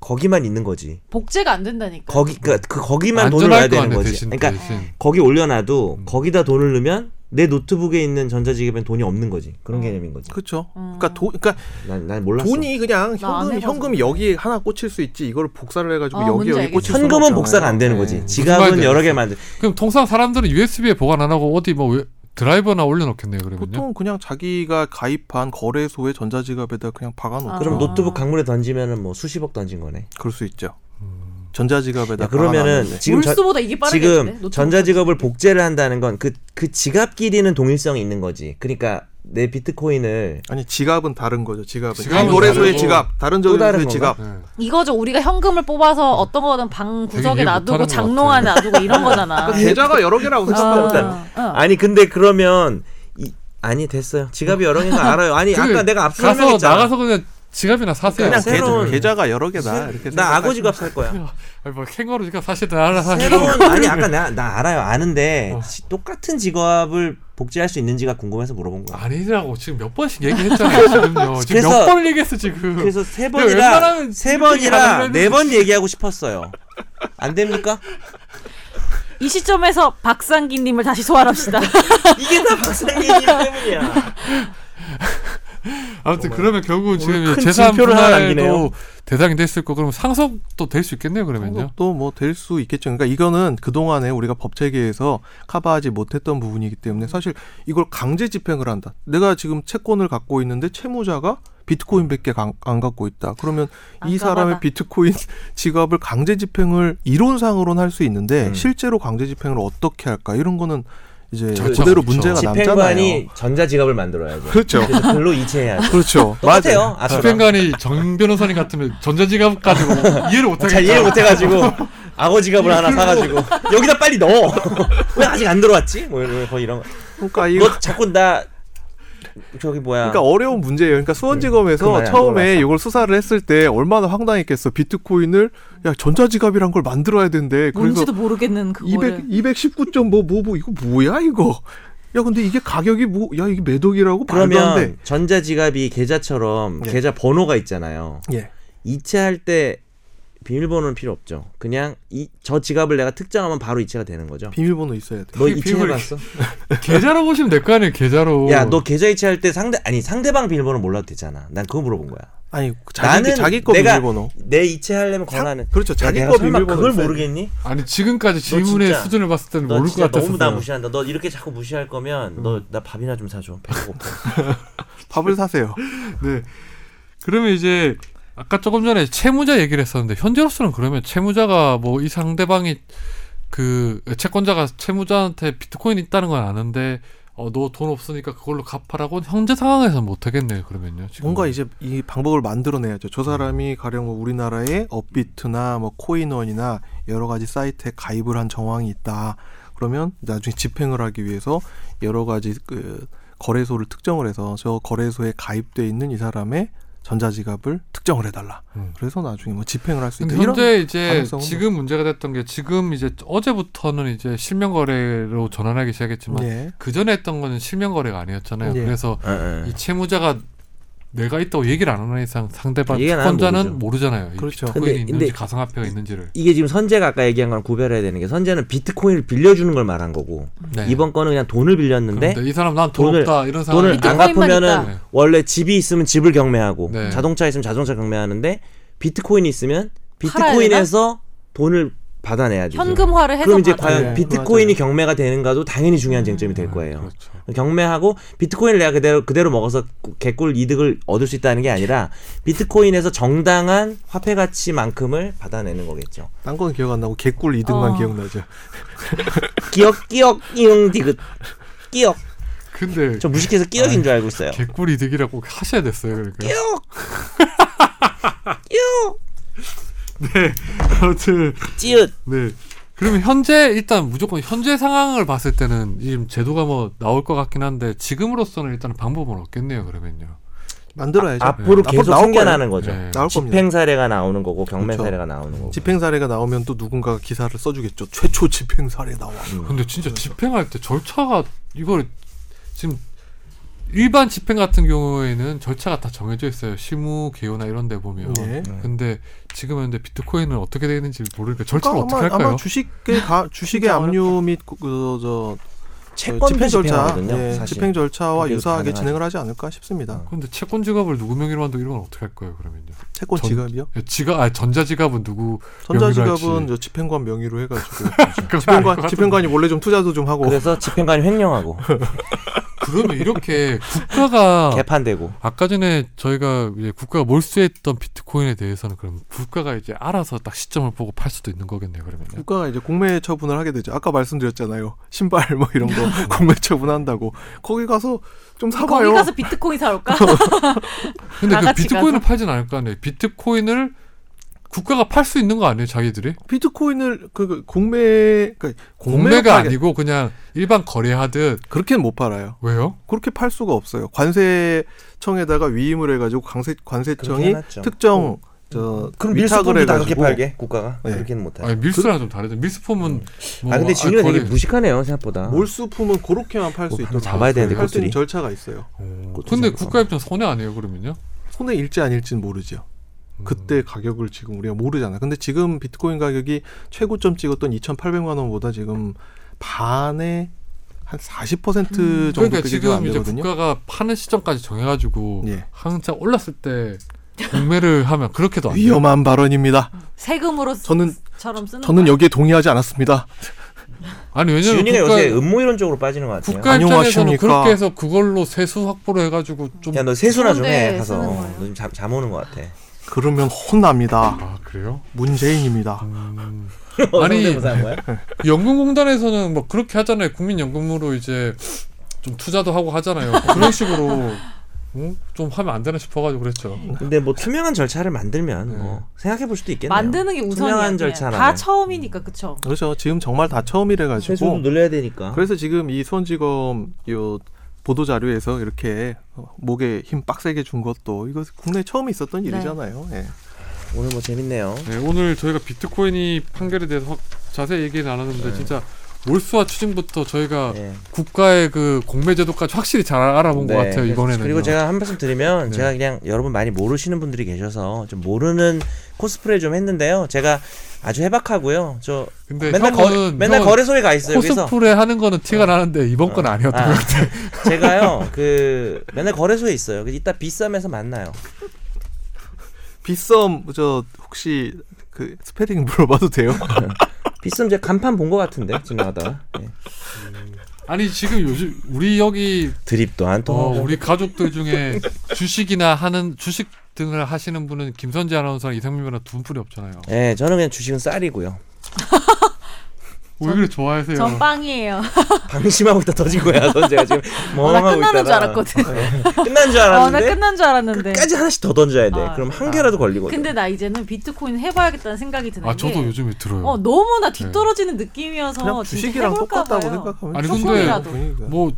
E: 거기만 있는 거지.
C: 복제가 안 된다니까.
E: 거기 그러니까 그 거기만 돈을 넣어야
A: 네. 안전할 거
E: 되는
A: 아니에요.
E: 거지.
A: 대신 음.
E: 그러니까
A: 대신.
E: 거기 올려놔도 거기다 돈을 넣으면 내 노트북에 있는 전자지갑엔 돈이 없는 거지. 그런 개념인 거지.
D: 그렇죠.
C: 음.
D: 그러니까 돈, 그러니까
E: 난, 난 몰랐어.
D: 돈이 그냥
C: 나안
D: 현금
C: 해봐서.
D: 현금이 여기에 하나 꽂힐 수 있지. 이걸 복사를 해가지고
C: 어,
D: 여기
C: 뭔지
D: 여기
C: 알겠어.
D: 꽂힐 네. 수
E: 현금은 복사가 안 되는 거지. 지갑은
A: 네. 말인지
E: 여러 개
A: 알겠어.
E: 만들.
A: 그럼 통상 사람들은 USB에 보관 안 하고 어디 뭐 웨- 드라이버나 올려놓겠네요. 그러면요.
D: 보통 그냥 자기가 가입한 거래소의 전자지갑에다 그냥 박아놓고.
C: 아.
E: 그럼
C: 어.
E: 노트북 강물에 던지면은 뭐 수십억 던진 거네.
D: 그럴 수 있죠.
A: 음.
D: 전자지갑에다
E: 야, 그러면은
A: 네.
D: 박아놨는데.
E: 지금 저-
C: 물수보다 이게 빠르겠네.
E: 지금 전자지갑을 복제를 한다는 건 그 그 지갑끼리는 동일성이 있는 거지. 그러니까 내 비트코인을
D: 아니 지갑은 다른 거죠. 지갑은
A: 지갑은
D: 한 거래소의
A: 다르고.
D: 지갑, 다른
E: 또 다른
D: 저기서의 지갑.
A: 네.
C: 이거죠. 우리가 현금을 뽑아서 어떤 거는 방 구석에
A: 되게 이해
C: 놔두고
A: 못하는 것
C: 장롱 안에 놔두고 이런 거잖아.
D: 계좌가 여러 개라고 생각합니다.
C: 아, 아.
E: 아니 근데 그러면 이, 아니 됐어요. 지갑이 여러 개가 알아요. 아니
A: 그
E: 아까 내가 앞서
A: 가서
E: 설명했잖아.
A: 나가서 그냥 지갑이나 사세요.
D: 그냥
E: 새로운-
D: 계좌, 계좌가 여러 개다. 이렇게
E: 나
D: 생각하시면-
E: 악어 지갑 살 거야.
A: 아니 뭐 캥거루 지갑 사시든 알아 사시든.
E: 새로운 아니 아까 나, 나 알아요. 아는데 시- 똑같은 지갑을 복제할 수 있는지가 궁금해서 물어본 거야.
A: 아니라고 지금 몇 번씩 얘기했잖아요. 지금요. 지금
E: 그래서-
A: 몇 번을 얘기했어 지금.
E: 그래서 세 번이라
A: 웬만하면
E: 세
A: 지금 얘기하려고
E: 번이라
A: 했는데.
E: 네 번 얘기하고 싶었어요. 안 됩니까?
C: 이 시점에서 박상기님을 다시 소환합시다.
E: 이게 다 박사님 때문이야.
A: 아무튼 그러면 결국 지금
E: 큰
A: 재산
E: 진표를 하나 남기네요.
A: 분할도 대상이 됐을 거 그럼 상속도 될 수 있겠네요. 그러면요.
D: 또 뭐 될 수 있겠죠. 그러니까 이거는 그동안에 우리가 법 체계에서 커버하지 못했던 부분이기 때문에 사실 이걸 강제 집행을 한다. 내가 지금 채권을 갖고 있는데 채무자가 비트코인 100개 강- 안 갖고 있다. 그러면 이
C: 안
D: 사람의
C: 가봐라.
D: 비트코인 지갑을 강제 집행을 이론상으로는 할 수 있는데
E: 음.
D: 실제로 강제 집행을 어떻게 할까? 이런 거는 이제
A: 절차가
D: 그대로
A: 없죠.
D: 문제가 남잖아요.
E: 집행관이 전자지갑을 만들어야죠.
D: 그렇죠.
E: 그래서 글로 이체해야죠.
D: 그렇죠.
E: 똑같아요. 앞으로.
A: 집행관이 정 변호사님 같으면 전자지갑 가지고 이해를 못하겠다.
E: 잘 이해 못해가지고 악어 지갑을 하나 사가지고 여기다 빨리 넣어. 왜 아직 안 들어왔지? 뭐 이런 거 이런 거.
D: 그러니까 이거
E: 너 자꾸 나 저기 뭐야?
D: 그러니까 어려운 문제예요. 그러니까
E: 그
D: 수원지검에서
E: 말이 안
D: 처음에
E: 돌아왔어.
D: 이걸 수사를 했을 때 얼마나 황당했겠어. 비트코인을 야 전자지갑이란 걸 만들어야 된대. 그래서
C: 뭔지도 모르겠는 그거를.
D: 200 219.뭐뭐뭐 이거 뭐야 이거. 야 근데 이게 가격이 뭐 야 이게 매덕이라고 말도 안 돼.
E: 그러면 전자지갑이 계좌처럼
D: 예.
E: 계좌 번호가 있잖아요.
D: 예.
E: 이체할 때 비밀번호는 필요 없죠. 그냥 이, 저 지갑을 내가 특정하면 바로 이체가 되는 거죠.
D: 비밀번호 있어야 돼.
E: 너
A: 비-
E: 이체해봤어?
A: 계좌로 보시면 될 거 아니에요. 계좌로.
E: 야, 너 계좌 이체할 때 상대 아니 상대방 비밀번호 몰라도 되잖아. 난 그거 물어본 거야.
D: 아니 자기 자기 거
E: 내가
D: 비밀번호.
E: 내 이체하려면
D: 상-
E: 권한은
D: 그렇죠. 자기
E: 내가
D: 거
E: 설마
D: 비밀번호
E: 그걸
D: 있어야 돼.
E: 모르겠니?
A: 아니 지금까지 질문의
E: 진짜-
A: 수준을 봤을 때는
E: 너
A: 모를 것 음.
E: 진짜
A: 같았어.
E: 너무 나 무시한다. 너 이렇게 자꾸 무시할 거면 너 나 밥이나 좀 사줘. 배고파.
D: 밥을 사세요.
A: 네. 그러면 이제 아까 조금 전에 채무자 얘기를 했었는데 현재로서는 그러면 채무자가 뭐 이 상대방이 그 채권자가 채무자한테 비트코인 있다는 건 아는데 어 너 돈 없으니까 그걸로 갚아라고 현재 상황에서는 못 하겠네요. 그러면요. 지금. 음.
D: 뭔가 이제 이 방법을 만들어내야죠. 저 사람이 가령 뭐 우리나라의 업비트나 뭐 코인원이나 여러 가지 사이트에 가입을 한 정황이 있다. 그러면 나중에 집행을 하기 위해서 여러 가지 그 거래소를 특정을 해서 저 거래소에 가입돼 있는 이 사람의 전자지갑을 특정을 해달라.
A: 음.
D: 그래서 나중에 뭐 집행을 할 수 있다.
A: 근데
D: 이런
A: 현재 이제
D: 가능성은
A: 지금 문제가 됐던 게 지금 이제 어제부터는 이제 실명 거래로 전환하기 시작했지만
D: 예.
A: 그 전에 했던 거는 실명 거래가 아니었잖아요.
D: 예.
A: 그래서
E: 네.
A: 이 채무자가 내가 있다고 얘기를 안 하는 이상 상대방
E: 얘기 안 하면
A: 채권자는
E: 모르죠.
A: 모르잖아요. 이
D: 그렇죠.
A: 비트코인이
E: 근데-
A: 있는지
E: 근데-
A: 가상화폐가 있는지를.
E: 이게 지금 선재가 아까 얘기한 거랑 구별해야 되는 게 선재는 비트코인을 빌려주는 걸 말한 거고
A: 네.
E: 이번 거는 그냥 돈을 빌렸는데
A: 그런데 이 사람 난 돈
E: 돈을-
A: 없다 이런 상황.
E: 돈을
C: 비트코인만
E: 안 갚으면은
A: 있다.
E: 원래 집이 있으면 집을 경매하고
A: 네.
E: 자동차 있으면 자동차 경매하는데 비트코인이 있으면
C: 팔아야
E: 비트코인에서 돈을 받아내야죠.
C: 현금화를 해서 음.
E: 그럼 이제
C: 받아.
E: 과연
D: 네,
E: 비트코인이
D: 맞아요.
E: 경매가 되는가도 당연히 중요한 쟁점이 될 거예요.
A: 그렇죠.
E: 경매하고 비트코인을 내가 그대로 그대로 먹어서 꾸- 개꿀 이득을 얻을 수 있다는 게 아니라 비트코인에서 정당한 화폐 가치만큼을 받아내는 거겠죠.
D: 딴건 기억 안 나고 개꿀 이등만
C: 어.
D: 기억나죠.
E: 끼억 끼억 이용 디귿 끼억.
A: 근데
E: 저 무식해서 끼억인 줄 알고 있어요.
A: 개꿀 이득이라고 꼭 하셔야 됐어요. 그러니까.
E: 끼억 끼억
A: 아무튼
E: 찌읒.
A: 네. 그러면 현재 일단 무조건 현재 상황을 봤을 때는 지금 제도가 뭐 나올 것 같긴 한데 지금으로서는 일단 방법은 없겠네요. 그러면요.
D: 만들어야죠.
E: 앞으로
D: 네.
E: 계속
D: 나올 거예요.
E: 생겨나는 거죠.
A: 아, 네.
D: 나올 겁니다.
E: 집행 사례가 나오는 거고 경매
D: 그렇죠.
E: 사례가 나오는 거고.
D: 집행 사례가 나오면 또 누군가가 기사를 써주겠죠. 최초 집행 사례 나와.
A: 근데 진짜 집행할 때 절차가 이걸 지금 일반 집행 같은 경우에는 절차가 다 정해져 있어요. 실무 개요나 이런 데 보면.
D: 예.
A: 근데 지금은 근데 비트코인은 어떻게 되어 있는지 모르니까 절차를
D: 아마-
A: 그러니까 어떻게
D: 아마,
A: 할까요?
D: 주식의 가, 주식의 압류 및그저 예,
E: 채권도 집행하거든요. 사실.
D: 집행 절차와
E: 그게
D: 유사하게
E: 가능하죠. 어.
D: 진행을 하지 않을까 싶습니다.
A: 근데 채권 지갑을 누구 명의로 만들고 이런 건 어떻게 할 거예요, 그러면요?
D: 채권
A: 전-
D: 지갑이요?
A: 지갑 아 전자지갑은 누구
D: 전자지갑은
A: 명의로
D: 저 집행관 명의로 해가지고
A: 할지. 그건 아닐 것
D: 집행관
A: 같은데.
D: 집행관이 원래 좀 투자도 좀 하고
E: 그래서 집행관이 횡령하고
A: 그러면 이렇게
E: 어.
A: 국가가
E: 개판되고
A: 아까 전에 저희가 이제 국가가 몰수했던 비트코인에 대해서는 그럼 국가가 이제 알아서 딱 시점을 보고 팔 수도 있는 거겠네요 그러면 요
D: 국가가 이제 공매 처분을 하게 되죠. 아까 말씀드렸잖아요. 신발 뭐 이런 거 공매 처분한다고 거기 가서 좀 사봐요.
C: 거기 가서 비트코인 사올까?
A: 근데
C: 다
A: 그
C: 같이
A: 비트코인을 팔진 않을 거 아니에요 비트코인을 국가가 팔 수 있는 거 아니에요 자기들이
D: 비트코인을 그- 그 공매 그러니까 음, 공매로
A: 공매가
D: 팔게-
A: 아니고 그냥 일반 거래하듯
D: 그렇게는 못 팔아요.
A: 왜요
D: 그렇게 팔 수가 없어요. 관세청에다가 위임을 해가지고 관세
E: 그렇게
D: 관세청이
E: 해놨죠. 어. 음.
D: 특정 저 위탁을
E: 그럼 밀수품도 다 그렇게
D: 해가지고
E: 팔게 국가가
D: 네. 음.
E: 그렇게는 못해.
A: 아니 밀수랑 좀 다르죠 밀수품은 뭐
E: 아 근데 진유가 되게
A: 거래-
E: 무식하네요 생각보다.
D: 아. 몰수품은 그렇게만 팔
E: 뭐
D: 수
E: 바로
D: 있도록
E: 잡아야 되는데
D: 팔수 있는
E: 것들이.
D: 절차가 있어요.
A: 오,
E: 그것도
A: 근데
E: 생각해봐.
A: 국가 입장 손해 아니에요 그러면요
D: 손해 일지 아닐지는 모르죠.
A: 음.
D: 그때 가격을 지금 우리가 모르잖아. 근데 지금 비트코인 가격이 최고점 찍었던 2,800만 원보다 지금 반에 한 40% 정도
A: 그러니까
D: 그 비교가 안
A: 지금 이제
D: 되거든요.
A: 국가가 파는 시점까지 정해가지고
D: 예.
A: 항상 올랐을 때 공매를 하면 그렇게도 안 돼요.
D: 위험한 발언입니다.
C: 세금으로
D: 저는
C: 처럼 쓰는
A: 음.
D: 저는
C: 거야.
D: 여기에 동의하지 않았습니다.
A: 아니 왜냐면
E: 지윤이가
A: 국가,
E: 요새 음모 이론 쪽으로 빠지는 것 같아요.
A: 국가 입장에서는
D: 안녕하십니까?
A: 그렇게 해서 그걸로 세수 확보를 해가지고 좀
E: 야너 세수나 좀 해
C: 좋은데
E: 가서
C: 쓰는
E: 너
C: 거예요.
E: 지금 잠, 잠 오는 것 같아.
D: 그러면 혼납니다.
A: 아 그래요?
D: 문재인입니다.
A: 아니,
E: 어, 성대모사한 거야?
A: 연금공단에서는 뭐 그렇게 하잖아요. 국민연금으로 이제 좀 투자도 하고 하잖아요. 그런 식으로 응? 좀 하면 안 되나 싶어가지고 그랬죠.
E: 근데 뭐 투명한 절차를 만들면
A: 네.
E: 뭐 생각해 볼 수도 있겠네요.
C: 만드는 게 우선이야.
E: 투명한
C: 그냥.
E: 절차라면.
C: 다 처음이니까 그쵸.
D: 그렇죠. 지금 정말 다 처음이래
A: 그렇죠. 뭐.
E: 세수도
D: 가지고
E: 늘려야 되니까.
D: 그래서 지금 이 수원지검 요 보도 자료에서 이렇게 어, 목에 힘 빡세게 준 것도 이거 국내 처음
C: 네.
D: 있었던 일이잖아요. 예.
E: 오늘 뭐 재밌네요.
A: 네, 오늘 저희가 비트코인이 판결에 대해서 확 자세히 얘기 나눴는데 진짜 몰수와 추징부터 저희가
E: 네.
A: 국가의 그 공매제도까지 확실히 잘 알아본 것 같아요
E: 그래서-
A: 이번에는.
E: 그리고 제가 한 말씀 드리면
A: 네.
E: 제가 그냥 여러분 많이 모르시는 분들이 계셔서 좀 모르는 코스프레 좀 했는데요. 제가 아주 해박하고요. 저
A: 근데
E: 맨날
A: 네, 형은,
E: 거, 맨날
A: 형은
E: 거래소에 가 있어요. 여기서 어.
A: 코스프레 하는 거는 티가 나는데 이번 건 아니었던
E: 아,
A: 것 같아요.
E: 제가요 그 맨날 거래소에 있어요. 그 이따 비썸에서 만나요.
D: 빗썸 저 혹시 그 스페링 물어봐도 돼요?
E: 비썸 제가 간판 본 것 같은데 지나가다가 예.
A: 아니 지금 요즘 우리 여기
E: 드립 또한
A: 어,
E: 통.
A: 우리 가족들 중에 주식이나 하는 주식 등을 하시는 분은 김선재 아나운서랑 이상민 변호사 두 분뿐이 없잖아요.
E: 예, 저는 그냥 주식은 쌀이고요.
A: 왜 그래 좋아하세요?
C: 전 빵이에요.
E: 방심하고 있다 터진 거야. 전 제가 지금
C: 어, 나
E: 멍하고
C: 끝나는
E: 있다가
C: 줄 알았거든.
E: 끝난 줄
C: 어, 나
E: 알았는데
C: 끝난 줄 알았는데.
E: 끝까지 하나씩 더 던져야 돼.
C: 아,
E: 그럼 한 개라도 걸리거든.
C: 근데 나 이제는 비트코인 해봐야겠다는 생각이 드는
A: 아
C: 게.
A: 저도 요즘에 들어요.
C: 어 너무나 뒤떨어지는
D: 음.
C: 느낌이어서
D: 네. 그냥
C: 진짜
D: 주식이랑
C: 해볼까
D: 똑같다고
C: 봐요.
D: 생각하면
A: 아니,
D: 좋죠.
A: 근데
D: 분위기가.
A: 뭐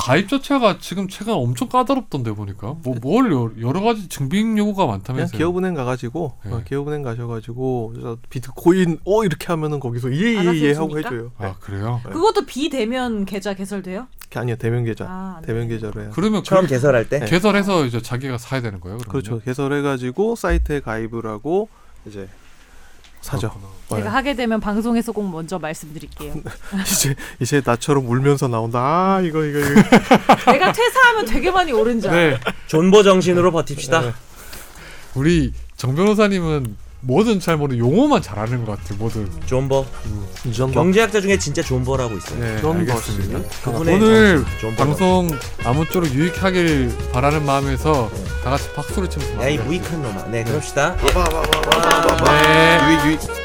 A: 가입 자체가 지금 제가 엄청 까다롭던데 보니까 뭐 뭘 여러 가지 증빙 요구가
D: 그냥
A: 많다면서요.
D: 기업은행 가가지고
A: 네.
D: 어, 기업은행 가셔가지고 그래서 비트코인 어 이렇게 하면은 거기서 예예예
C: 알아서
D: 하고
C: 해주니까?
D: 해줘요. 네.
A: 아 그래요?
C: 그것도 비대면 계좌 개설돼요?
D: 아니요 대면 계좌
C: 아, 안
D: 대면 계좌로 해요.
A: 그러면
E: 처음
A: 그
E: 개설할 때
D: 네.
A: 개설해서 이제 자기가 사야 되는 거예요? 그러면?
D: 그렇죠. 개설해가지고 사이트에 가입을 하고 이제 사죠.
A: 그렇구나.
C: 제가 하게 되면 방송에서 꼭 먼저 말씀드릴게요.
D: 네. 이제 이제 나처럼 울면서 나온다. 아 이거 이거 이거.
C: 내가 퇴사하면 되게 많이 오른 줄 알아.
A: 네,
E: 존버 정신으로 버팁시다.
A: 우리 정 변호사님은 뭐든 잘 모르는 용어만 잘 아는 것 같아요. 뭐든.
E: 존버
D: 이전
E: 경제학자 중에 진짜 존버라고 있어요.
A: 네,
D: 그런 거
A: 알겠습니다.
D: 없습니다.
E: 그분의
A: 오늘
E: 존버라고.
A: 방송 아무쪼록 유익하길 바라는 마음에서 다 같이 박수를 치면서
E: 야이
A: 마무리할게요.
E: 무익한 놈아. 네 그럽시다.
B: 봐봐 봐봐 봐봐
A: 네.
B: 유익 유익